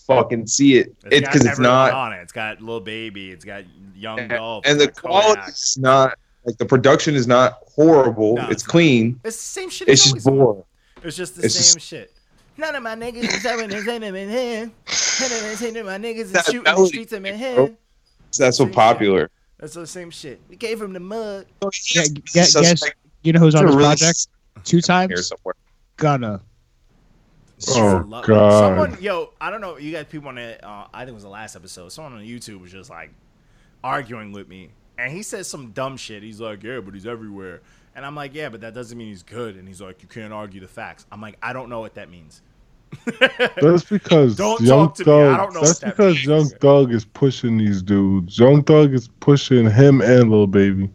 S4: fucking see it. It's
S2: got
S4: because it's
S2: everyone
S4: not,
S2: on it. It's got Lil Baby. It's got Young
S4: and,
S2: Dolph.
S4: and the
S2: it's got Kodak.
S4: quality's not like the production is not horrible.
S2: No,
S4: it's
S2: it's not.
S4: clean.
S2: It's the same shit.
S4: It's
S2: as
S4: just
S2: always on.
S4: boring.
S2: It's just the
S4: It's
S2: same
S4: just-
S2: shit. None of my niggas is having this in Manhattan. None of this ain't in my niggas is
S4: That
S2: shooting the
S4: melody,
S2: streets of
S4: bro.
S2: Manhattan.
S4: That's
S2: Same
S4: so
S2: shit.
S4: popular.
S2: That's the same shit. We gave him the mug.
S6: Yeah,
S4: It's
S6: g- guess-
S4: suspect
S6: You know who's on
S4: to
S6: this
S4: release
S6: project? Two
S4: here
S6: times.
S4: somewhere.
S6: Gunna.
S5: Oh,
S2: Lo-
S5: God.
S2: Someone, yo, I don't know. You got people on the, uh, I think it was the last episode. Someone on YouTube was just like arguing with me, and he said some dumb shit. He's like, "Yeah, but he's everywhere," and I'm like, "Yeah, but that doesn't mean he's good." And he's like, "You can't argue the facts." I'm like, "I don't know what that means."
S5: That's because
S2: Don't
S5: Young
S2: talk to me. I
S5: Thug.
S2: don't know
S5: that's
S2: what that
S5: because
S2: means.
S5: Young Thug is pushing these dudes. Young Thug is pushing him and Lil Baby.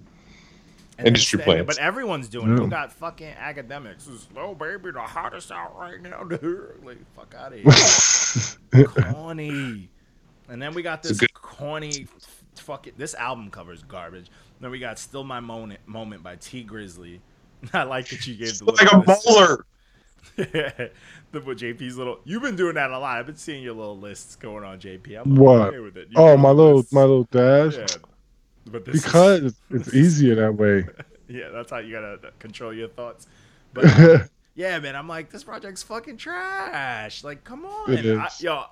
S2: And
S4: Industry
S2: it's- and-
S4: plans.
S2: But everyone's doing it.
S5: Yeah.
S2: You got fucking academics. This is, oh, baby, the hottest out right now, dude. Like, fuck out of here. Corny. And then we got
S4: It's a
S2: this
S4: good-
S2: corny fucking. This album cover is garbage. Then we got "Still My Moment" moment by T Grizzly. I like that you gave the
S4: Looks like a
S2: little-
S4: bowler.
S2: the what JP's little. You've been doing that a lot. I've been seeing your little lists going on, JP. I'm
S5: What?
S2: okay with it. You
S5: Oh,
S2: got
S5: my little
S2: lists.
S5: my little dash.
S2: Yeah. But this is-
S5: Because it's easier that way.
S2: yeah, that's how you gotta control your thoughts. But yeah, man, I'm like, this project's fucking trash. Like, come on,
S5: It
S2: I,
S5: is.
S2: yo.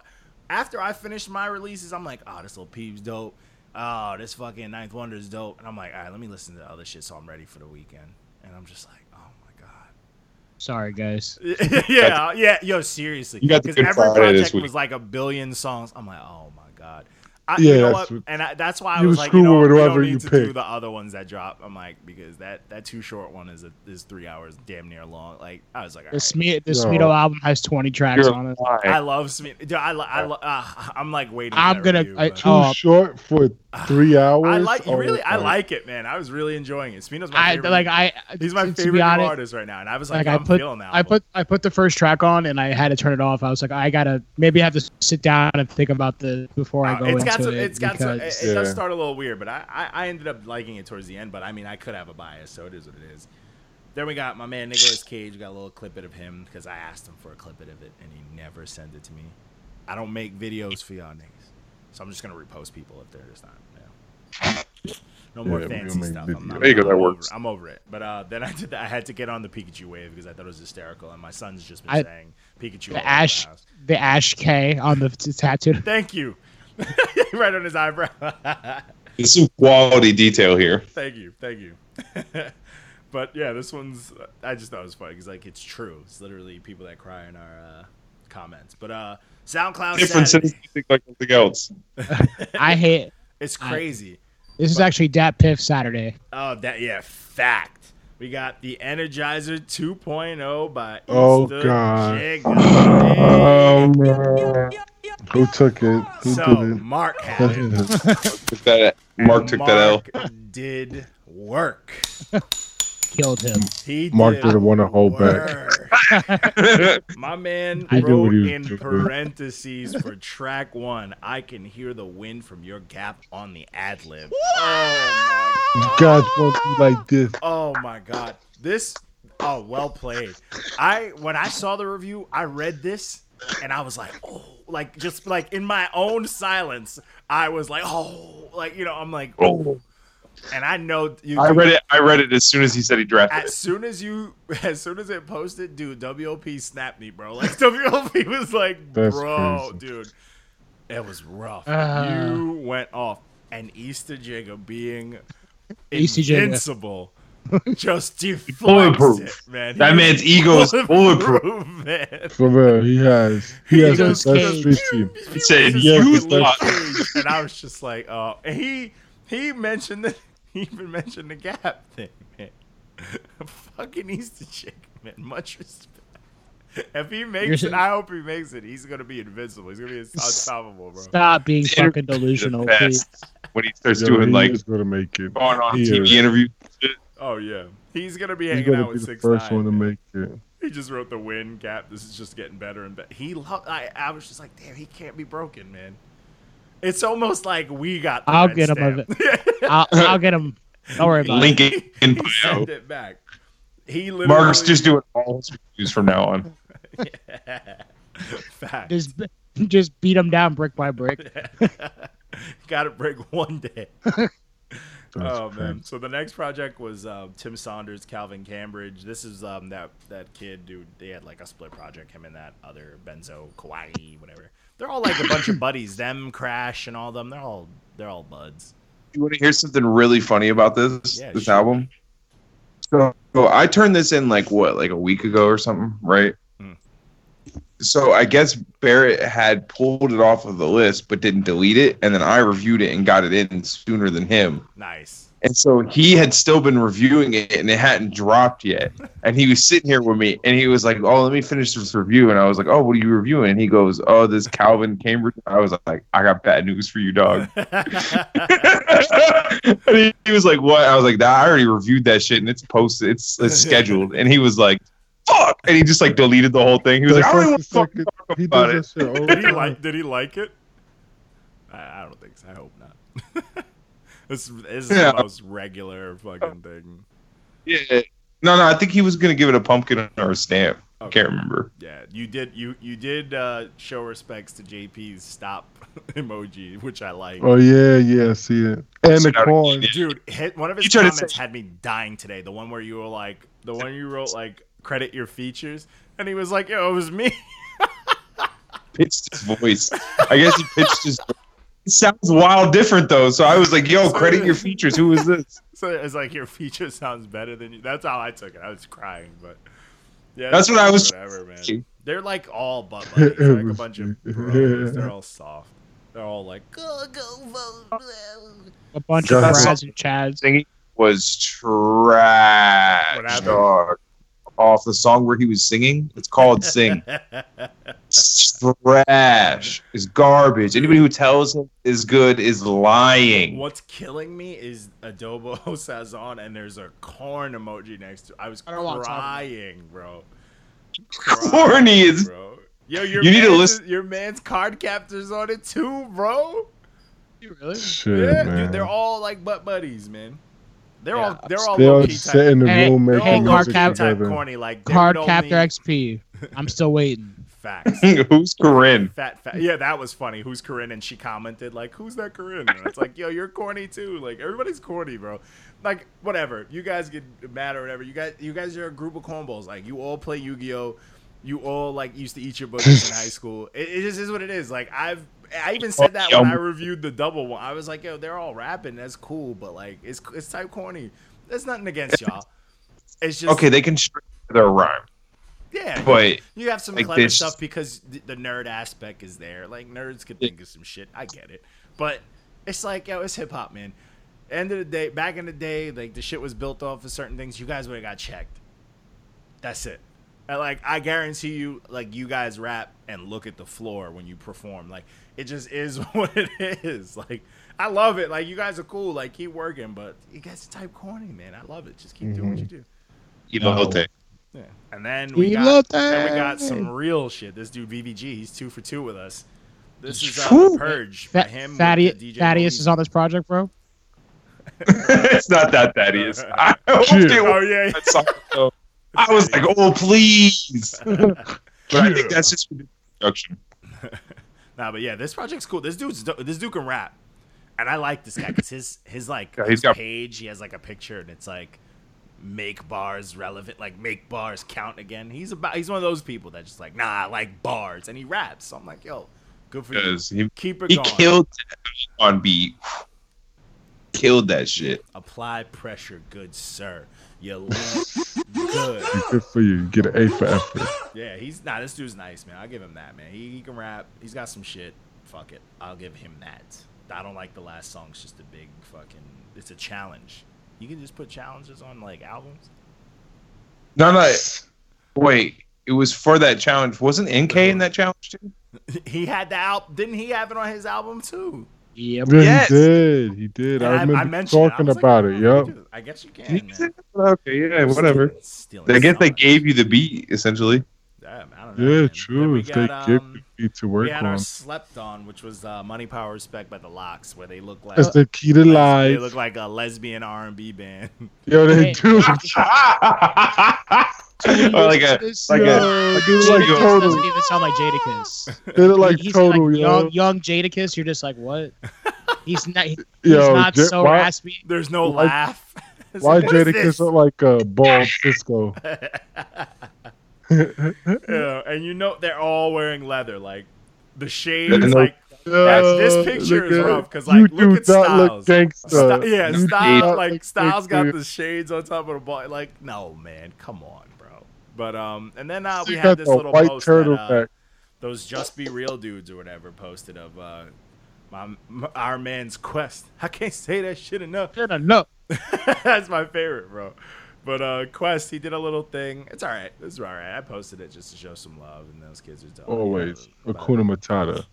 S2: After I finished my releases, I'm like, oh, this little peeps dope. Oh, this fucking Ninth Wonder's dope. And I'm like, all right, let me listen to the other shit so I'm ready for the weekend. And I'm just like, oh my god.
S6: Sorry, guys.
S2: yeah, yeah, yo, seriously.
S4: You got the
S2: Because
S4: Good
S2: every
S4: Friday this
S2: project
S4: week.
S2: was like a billion songs. I'm like, oh my god. I,
S5: Yeah,
S2: you know
S5: that's
S2: what?
S5: what-
S2: and I, that's why I
S5: you
S2: was
S5: would
S2: like,
S5: screw
S2: you know,
S5: with
S2: we
S5: whoever
S2: don't need
S5: you
S2: to do
S5: pick.
S2: the other ones that drop. I'm like, because that that too short one is a, is three hours, damn near long. Like I was like, all
S6: The
S2: right.
S6: Sme- the
S5: No.
S6: Smeeto album has 20 tracks
S4: You're
S6: on it.
S4: lying.
S2: I love Sme- dude, I, lo- I lo- uh, I'm like waiting. for
S6: I'm
S2: that
S6: gonna-
S2: review,
S6: I-
S2: but-
S5: Too
S6: Oh.
S5: short for three hours.
S2: I like
S5: Oh,
S2: really. I
S5: my-
S2: like it, man. I was really enjoying it. Spino's my
S6: I
S2: favorite.
S6: like I.
S2: he's my
S6: to be
S2: favorite new
S6: honest-
S2: artist right now, and I was like,
S6: Like, I
S2: I'm
S6: put-
S2: feeling that.
S6: I put I put the first track on and I had to turn it off. I was like, I gotta maybe I have to sit down and think about this before I
S2: Uh,
S6: go
S2: it's
S6: into
S2: got some,
S6: it.
S2: it's got some, it,
S6: because-
S2: it does
S5: Yeah.
S2: start a little weird, but I, I, I ended up liking it towards the end. But I mean, I could have a bias, so it is what it is. Then we got my man Nicolas Cage. We got a little clip it of him because I asked him for a clip it of it, and he never sent it to me. I don't make videos for y'all niggas, so I'm just gonna repost people if they're just not. Yeah. No more
S5: Yeah, we
S2: fancy
S5: don't make
S2: stuff. I'm
S5: videos.
S2: not-
S4: There you go, that
S2: I'm over-
S4: works.
S2: I'm over it. But uh, then I did. That, I had to get on the Pikachu wave because I thought it was hysterical, and my son's just been
S6: I-
S2: saying Pikachu. all
S6: the
S2: over
S6: ash
S2: house.
S6: the ash K on the t- tattoo.
S2: Thank you. right on his eyebrow.
S4: There's some quality detail here.
S2: thank you, thank you. but yeah, this one's I just thought it was funny because like it's true. It's literally people that cry in our uh, comments. But uh, SoundCloud
S4: Different
S2: Saturday,
S4: music like something else.
S6: I hate
S2: it's crazy.
S6: this is actually Dat Piff Saturday.
S2: Oh, that yeah, fact. We got the Energizer 2.0 by
S5: Oh,
S2: Easter
S5: God.
S2: Jigga.
S5: Um, who took it? Who
S2: so
S5: did
S2: Mark had it.
S5: it?
S4: Took that- Mark took that L.
S2: Mark Did work.
S6: Killed him.
S2: He
S5: Mark
S2: did
S5: didn't want to hold back.
S2: work. My man
S5: He knew
S2: wrote
S5: what he was
S2: in
S5: doing.
S2: parentheses for track one, I can hear the wind from your gap on the ad lib. Oh my,
S5: God won't be like this.
S2: oh my god. This oh well played. I when I saw the review, I read this and I was like, oh like just like in my own silence, I was like, oh like you know, I'm like
S4: Oh,
S2: and I know you
S4: I read it. I read it as soon as he said he drafted.
S2: as
S4: it.
S2: soon as you as soon as it posted dude wop snapped me bro like wop was like
S5: That's
S2: bro
S5: crazy.
S2: dude it was rough
S6: Ah.
S2: you went off and easter jigga being
S6: Easter Jigga.
S2: invincible just deflects it,
S4: Bulletproof.
S2: man
S4: That
S2: He
S4: man's ego is bulletproof.
S2: man
S5: For real, he has. He has the
S6: Nicolas
S5: best
S6: Cage.
S5: street team.
S2: He
S4: said,
S2: was
S5: "You
S2: just fucking
S4: lost."
S2: lost. and I was just like, oh, and he he mentioned that he even mentioned the gap thing, man. Fucking Easter chick, man. Much respect. If he makes it,
S6: You're-
S2: I hope he makes it. He's gonna be invincible. He's gonna be unstoppable, bro.
S6: Stop being
S4: Interview
S6: fucking delusional,
S4: The
S6: please.
S4: best. When he starts
S5: Yo,
S4: doing
S5: he
S4: like
S5: is gonna make it.
S4: going on
S5: He is.
S4: TV interviews, and shit,
S2: Oh yeah, he's gonna be
S5: He's
S2: hanging
S5: gonna
S2: out
S5: be
S2: with
S5: the
S2: six
S5: first one
S2: nine.
S5: to make it.
S2: He just wrote the win gap. This is just getting better and better. He, lo- I, I was just like, damn, he can't be broken, man. It's almost like we got. The
S6: I'll
S2: red
S6: get him a
S2: stamp. him.
S6: I'll, I'll get him. Don't worry about it.
S4: Lincoln in
S2: he
S4: bio.
S2: sent it back. He literally
S4: Mark's just doing all his reviews from now on.
S2: fact.
S6: Just just beat him down brick by brick.
S2: Got to break one day.
S5: That's
S2: oh man!
S5: crazy.
S2: So the next project was uh, Tim Saunders, Calvin Cambridge. This is um, that that kid dude. They had like a split project. Him and that other Benzo Kawaii, whatever. They're all like a bunch of buddies. Them Crash and all them. They're all they're all buds.
S4: You want to hear something really funny about this
S2: Yeah,
S4: this
S2: sure.
S4: album? So, so I turned this in like what, like a week ago or something, right?
S2: Hmm.
S4: So I guess Barrett had pulled it off of the list but didn't delete it, and then I reviewed it and got it in sooner than him.
S2: Nice.
S4: And so he had still been reviewing it and it hadn't dropped yet. And he was sitting here with me and he was like, Oh, let me finish this review. And I was like, Oh, what are you reviewing? And he goes, Oh, this Calvin Cambridge. I was like, I got bad news for you, dog. and he, he was like, What? I was like, nah, I already reviewed that shit and it's posted, it's, it's scheduled. And he was like, Fuck. And he just like deleted the whole thing. He was like, I don't even want to fucking talk
S5: he
S4: about it.
S5: does that shit all the
S2: did he
S5: time.
S2: like? Did he like it? I, I don't think so. I hope not. this, this is
S4: Yeah.
S2: the most regular fucking thing.
S4: Yeah. No, no, I think he was gonna give it a pumpkin or a stamp. I
S2: Okay.
S4: Can't remember.
S2: Yeah, you did. You you did uh, show respects to JP's stop emoji, which I like.
S5: Oh yeah, yeah, I see it. And the corn.
S2: Dude, hit, one of his
S4: You tried to
S2: comments
S4: say-
S2: had me dying today. The one where you were like, the one you wrote like, credit your features, and he was like, yo, it was me.
S4: Pitched his voice. I guess he pitched his. It sounds wild different though. So I was like, "Yo, credit your features. Who is this?"
S2: So it's like your feature sounds better than you. That's how I took it. I was crying, but yeah,
S4: That's what I was-
S2: Whatever, man. They're like all butt buddies,
S5: It
S2: like a
S5: was
S2: bunch
S5: me.
S2: of bros. They're all soft. They're all like, go go vote.
S6: A bunch of
S4: That's-
S6: Brads and Chads.
S4: Singing was trash.
S2: What happened?
S4: dog. Off the song where he was singing, it's called "Sing." It's trash. It's garbage. Anybody who tells him is good is lying.
S2: What's killing me is adobo sazon, and there's a corn emoji next to. I was
S6: I don't wanna talk about
S2: crying, bro.
S4: Corny
S2: Crying,
S4: is-
S2: bro. Yo, your
S4: You need to
S2: man's-
S4: listen-
S2: Your man's card captors on it too, bro.
S6: Really?
S5: Shit,
S2: yeah,
S5: man.
S2: dude, they're all like butt buddies, man. They're
S6: Yeah.
S2: all they're all
S5: They all
S2: low key
S5: just sit in
S2: type.
S5: the
S6: Hey,
S5: room
S2: They're all
S5: making
S6: Hey,
S2: low
S5: music
S2: key
S6: Carcap-
S2: type
S5: together.
S2: corny. Like they
S6: Card
S2: would
S6: Captor
S2: only-
S6: XP. I'm still waiting.
S2: facts.
S4: Who's Corinne?
S2: Fat, fat. Yeah, that was funny. Who's Corinne? And she commented like, "Who's that Corinne?" And it's like, "Yo, you're corny too. Like everybody's corny, bro. Like whatever. You guys get mad or whatever. You guys, you guys are a group of cornballs. Like you all play Yu-Gi-Oh. You all like used to eat your books in high school. It, it just is what it is. Like I've, I even said that when I reviewed the double one. I was like, "Yo, they're all rapping. That's cool, but like it's it's type corny. There's nothing against y'all. It's just
S4: Okay, they can string their rhyme,
S2: yeah,
S4: but
S2: you have some
S4: Like
S2: clever
S4: this-
S2: stuff because th- the nerd aspect is there. Like nerds could think of some shit. I get it, but it's like yo, it's hip hop, man. End of the day, back in the day, like the shit was built off of certain things. You guys would have got checked. That's it. And, like I guarantee you, like you guys rap and look at the floor when you perform. Like it just is what it is. Like I love it. Like you guys are cool. Like keep working, but you guys are type corny, man. I love it. Just keep doing what you do.
S4: Elote.
S2: Yeah. And then we got
S6: love
S2: then we got some real shit. This dude VVG, he's two for two with us. This is uh, the
S4: Whew.
S2: purge by
S6: Fa-
S2: him.
S6: Thaddeus,
S2: with the DJ
S6: Thaddeus
S2: Moe's.
S6: is on this project, bro.
S4: it's not that Thaddeus. I hope
S5: Dude.
S4: it
S2: Oh
S4: was
S2: yeah,
S4: that song, though. I was like, oh please. But I think that's just for the introduction.
S2: nah, but yeah, this project's cool. This dude's do- this dude can rap, and I like this guy because his his like
S4: Yeah, he's
S2: his
S4: got-
S2: page. He has like a picture, and it's like make bars relevant, like make bars count again. He's about he's one of those people that just like nah, I like bars, and he raps. So I'm like, yo, good for you.
S4: 'Cause he,
S2: Keep it
S4: he
S2: going.
S4: killed that on beat. Killed that shit.
S2: Apply pressure, good sir. You look good.
S5: Good for you. Get an A for effort.
S2: Yeah, he's nah. This dude's nice, man. I'll give him that, man. He, he can rap. He's got some shit. Fuck it, I'll give him that. I don't like the last song. It's just a big fucking. It's a challenge. You can just put challenges on like albums.
S4: No, no. Wait, it was for that challenge. Wasn't NK in that challenge too?
S2: he had the album. Didn't he have it on his album too?
S6: Yep.
S5: Yeah,
S4: Yes.
S5: he did. He did.
S2: And
S5: I remember
S2: mentioned it. I
S5: talking
S2: was like,
S5: about
S2: "Oh,
S5: it.
S2: you can
S5: Yep.
S2: do this." I guess you
S4: Did
S2: can.
S4: he
S2: Man.
S4: do that? Okay, yeah, whatever.
S2: Stealing- stealing
S4: I guess they
S2: songs.
S4: gave you the beat essentially.
S2: Yeah, I don't know,
S5: Yeah,
S2: man. Then
S5: true.
S2: we
S5: If they
S2: got,
S5: give
S2: um,
S5: you feet to work
S2: we had
S5: on,
S2: our slept on, which was uh, money, power, respect by the Locks, where they look like
S5: that's the key
S2: they
S5: to life.
S2: look like a lesbian R and B band.
S5: Yo, they
S6: Hey.
S5: do.
S4: or like a
S6: This-
S4: like a
S5: Yo, they look
S6: Jadakiss
S5: like
S6: doesn't
S5: total.
S6: even sound like Jadakiss.
S5: They look like
S6: He's
S5: total.
S6: like
S5: yo,
S6: young, young Jadakiss. You're just like, what? He's not. He's
S5: yo,
S6: not
S5: J-
S6: so
S5: why,
S6: raspy.
S2: There's no
S5: Why-
S2: laugh. It's
S5: why
S2: like, what is
S5: Jadakiss
S2: this?
S5: look like a bald Cisco?
S2: yeah, and you know they're all wearing leather. Like the shades,
S4: And the-
S2: like That's- this
S5: Yo,
S2: picture
S5: look
S2: is
S5: at-
S2: rough, 'cause, like,
S5: you
S2: look
S5: do
S2: at
S5: not
S2: Styles.
S5: look gangster.
S2: Sty- yeah,
S5: uh, You do
S2: Styles
S5: not
S2: like
S5: look
S2: Styles got
S5: gangster.
S2: the shades on top of the ball. Like no man, come on, bro. But um, and then uh, we
S5: You
S2: had
S5: got
S2: this
S5: the
S2: little
S5: white
S2: post that, uh,
S5: turtleneck.
S2: those just be real dudes or whatever posted of uh, my, m our man's quest. I can't say that shit enough.
S6: No, no, no.
S2: That's my favorite, bro. But uh Quest, he did a little thing. It's all right. It's all right. I posted it just to show some love, and those kids are dope.
S5: Always
S2: You know, but,
S5: Akuna Matata.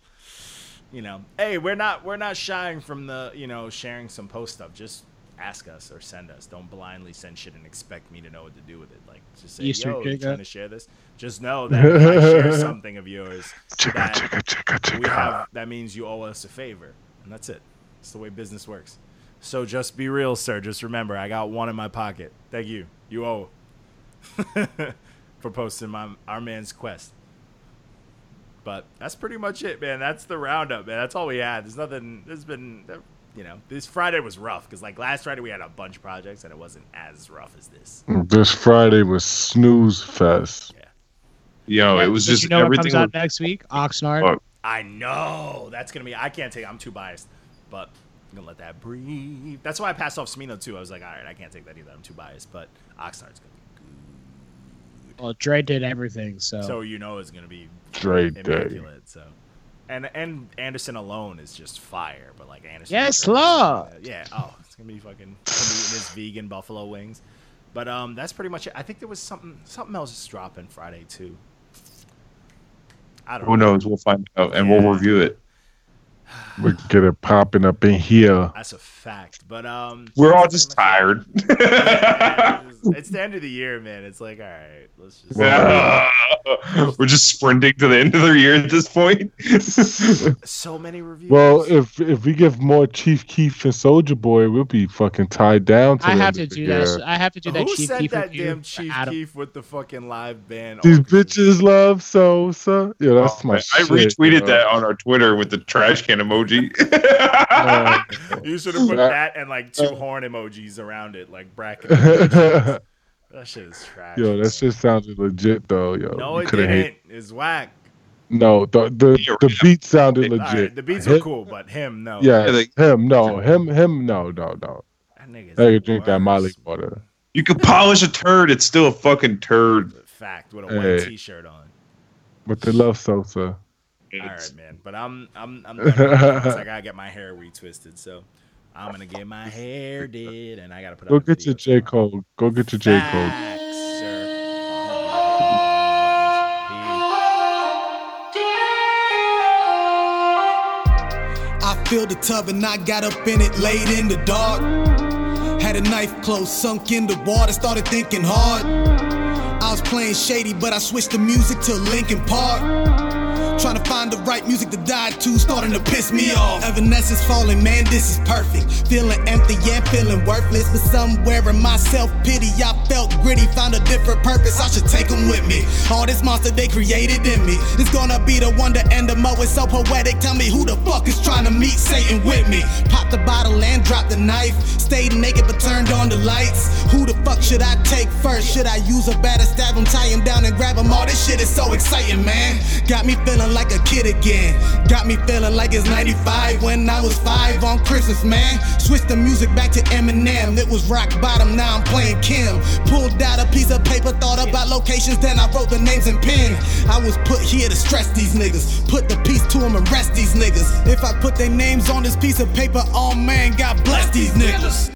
S2: you know, hey, we're not we're not shying from the you know sharing some post stuff. Just ask us or send us. Don't blindly send shit and expect me to know what to do with it. Like just say,
S6: You should
S2: yo, you
S6: kick
S2: trying
S6: it.
S2: to share this? Just know that if I share something of yours,
S5: Chicka
S2: that
S5: chicka chicka
S2: we
S5: chicka.
S2: have that means you owe us a favor. And that's it. It's the way business works. So just be real, sir. Just remember, I got one in my pocket. Thank you. You owe for posting my our man's quest. But that's pretty much it, man. That's the roundup, man. That's all we had. There's nothing. There's been, you know, this Friday was rough because like last Friday we had a bunch of projects and it wasn't as rough as this.
S5: This Friday was snooze fest.
S4: Yo, Oh, it was
S6: But
S4: just
S6: you know what
S4: everything.
S6: comes out next week? Oxnard.
S4: Oh.
S2: I know that's gonna be. I can't take. I'm too biased, but I'm gonna let that breathe. That's why I passed off Smino too. I was like, all right, I can't take that either. I'm too biased, but Oxnard's gonna
S6: Well, Dre did everything, so,
S2: be.
S4: Oh.
S2: So you know it's gonna be
S5: Dre Day.
S2: immaculate. So, and and Anderson alone is just fire. But like Anderson,
S6: Yes, Lord.
S2: yeah. Oh, it's gonna be fucking. Him eating his vegan buffalo wings. But um, that's pretty much it. I think there was something something else is dropping Friday too. I don't.
S4: Who
S2: know.
S4: knows? We'll find out and
S2: Yeah.
S4: we'll review it.
S5: We get it popping up in here.
S2: That's a fact. But um,
S4: We're all
S2: that's
S4: just
S2: pretty much it.
S4: tired.
S2: it's the end of the year, man. It's like, all right, let's just.
S4: We're just sprinting to the end of the year at this point.
S2: So many reviews.
S5: Well, if if we give more Chief Keef and Soldier Boy, we'll be fucking tied down. To
S6: I
S5: the
S6: have to
S5: end of the
S6: do
S5: year.
S6: that. I have to do that.
S2: who
S6: Chief
S2: said
S6: Keef
S2: that
S6: review
S2: damn
S6: for
S2: Chief
S6: Adam.
S2: Keef with the fucking live band?
S5: These
S2: orchestra?
S5: bitches love Sosa. Yeah, that's my.
S4: Oh, I
S5: shit,
S4: retweeted
S5: yo.
S4: that on our Twitter with the trash can emoji.
S5: Uh,
S2: You should have put
S5: Uh,
S2: that and like two
S5: uh,
S2: horn emojis around it, like bracket. that
S5: yo,
S2: shit is trash.
S5: that shit sounded legit though. Yo,
S2: No,
S5: You
S2: it
S5: coulda
S2: didn't.
S5: hate-
S2: It's whack.
S5: No, the
S4: You're
S5: the, the
S4: right.
S5: beat sounded
S2: All right,
S5: legit.
S2: the beats
S5: Him-
S2: are cool, but him, no.
S5: Yeah,
S4: Yeah, like-
S5: him. No, him. Him. No, no, no.
S2: That nigga's
S5: I
S2: the
S5: could drink that Molly
S2: worst.
S5: water.
S4: you could polish a turd; it's still a fucking turd.
S2: Fact with a white
S5: Hey.
S2: t-shirt on.
S5: But they love Sosa.
S2: All right,
S4: It's-
S2: man. But I'm I'm I'm done with this. I gotta get my hair retwisted, so I'm gonna get my hair did, and I gotta put.
S5: Go
S2: out a
S5: get your
S2: video
S5: J Cole. Go get your J Cole.
S2: Facts, sir. Peace.
S7: I filled the tub and I got up in it late in the dark. Had a knife close, sunk in the water, started thinking hard. I was playing shady, but I switched the music to Linkin Park. Trying to find the right music to die to, starting to piss me off. Evanescence falling, man, this is perfect. Feeling empty, yeah, feeling worthless. But somewhere in my self pity, I felt gritty, found a different purpose. I should take them with me. All this monster they created in me is gonna be the wonder and the mo. It's so poetic. Tell me who the fuck is trying to meet Satan with me. Pop the bottle and drop the knife. Stayed naked but turned on the lights. Who the fuck should I take first? Should I use a batter, stab him, tie him down, and grab him? All this shit is so exciting, man. Got me feeling like a kid again. Got me feeling like it's 95 when I was five on Christmas, man. Switched the music back to Eminem. It was rock bottom, now I'm playing Kim. Pulled out a piece of paper, thought about locations, then I wrote the names in pen. I was put here to stress these niggas. Put the piece to them and rest these niggas. If I put their names on this piece of paper, oh man, God bless these niggas.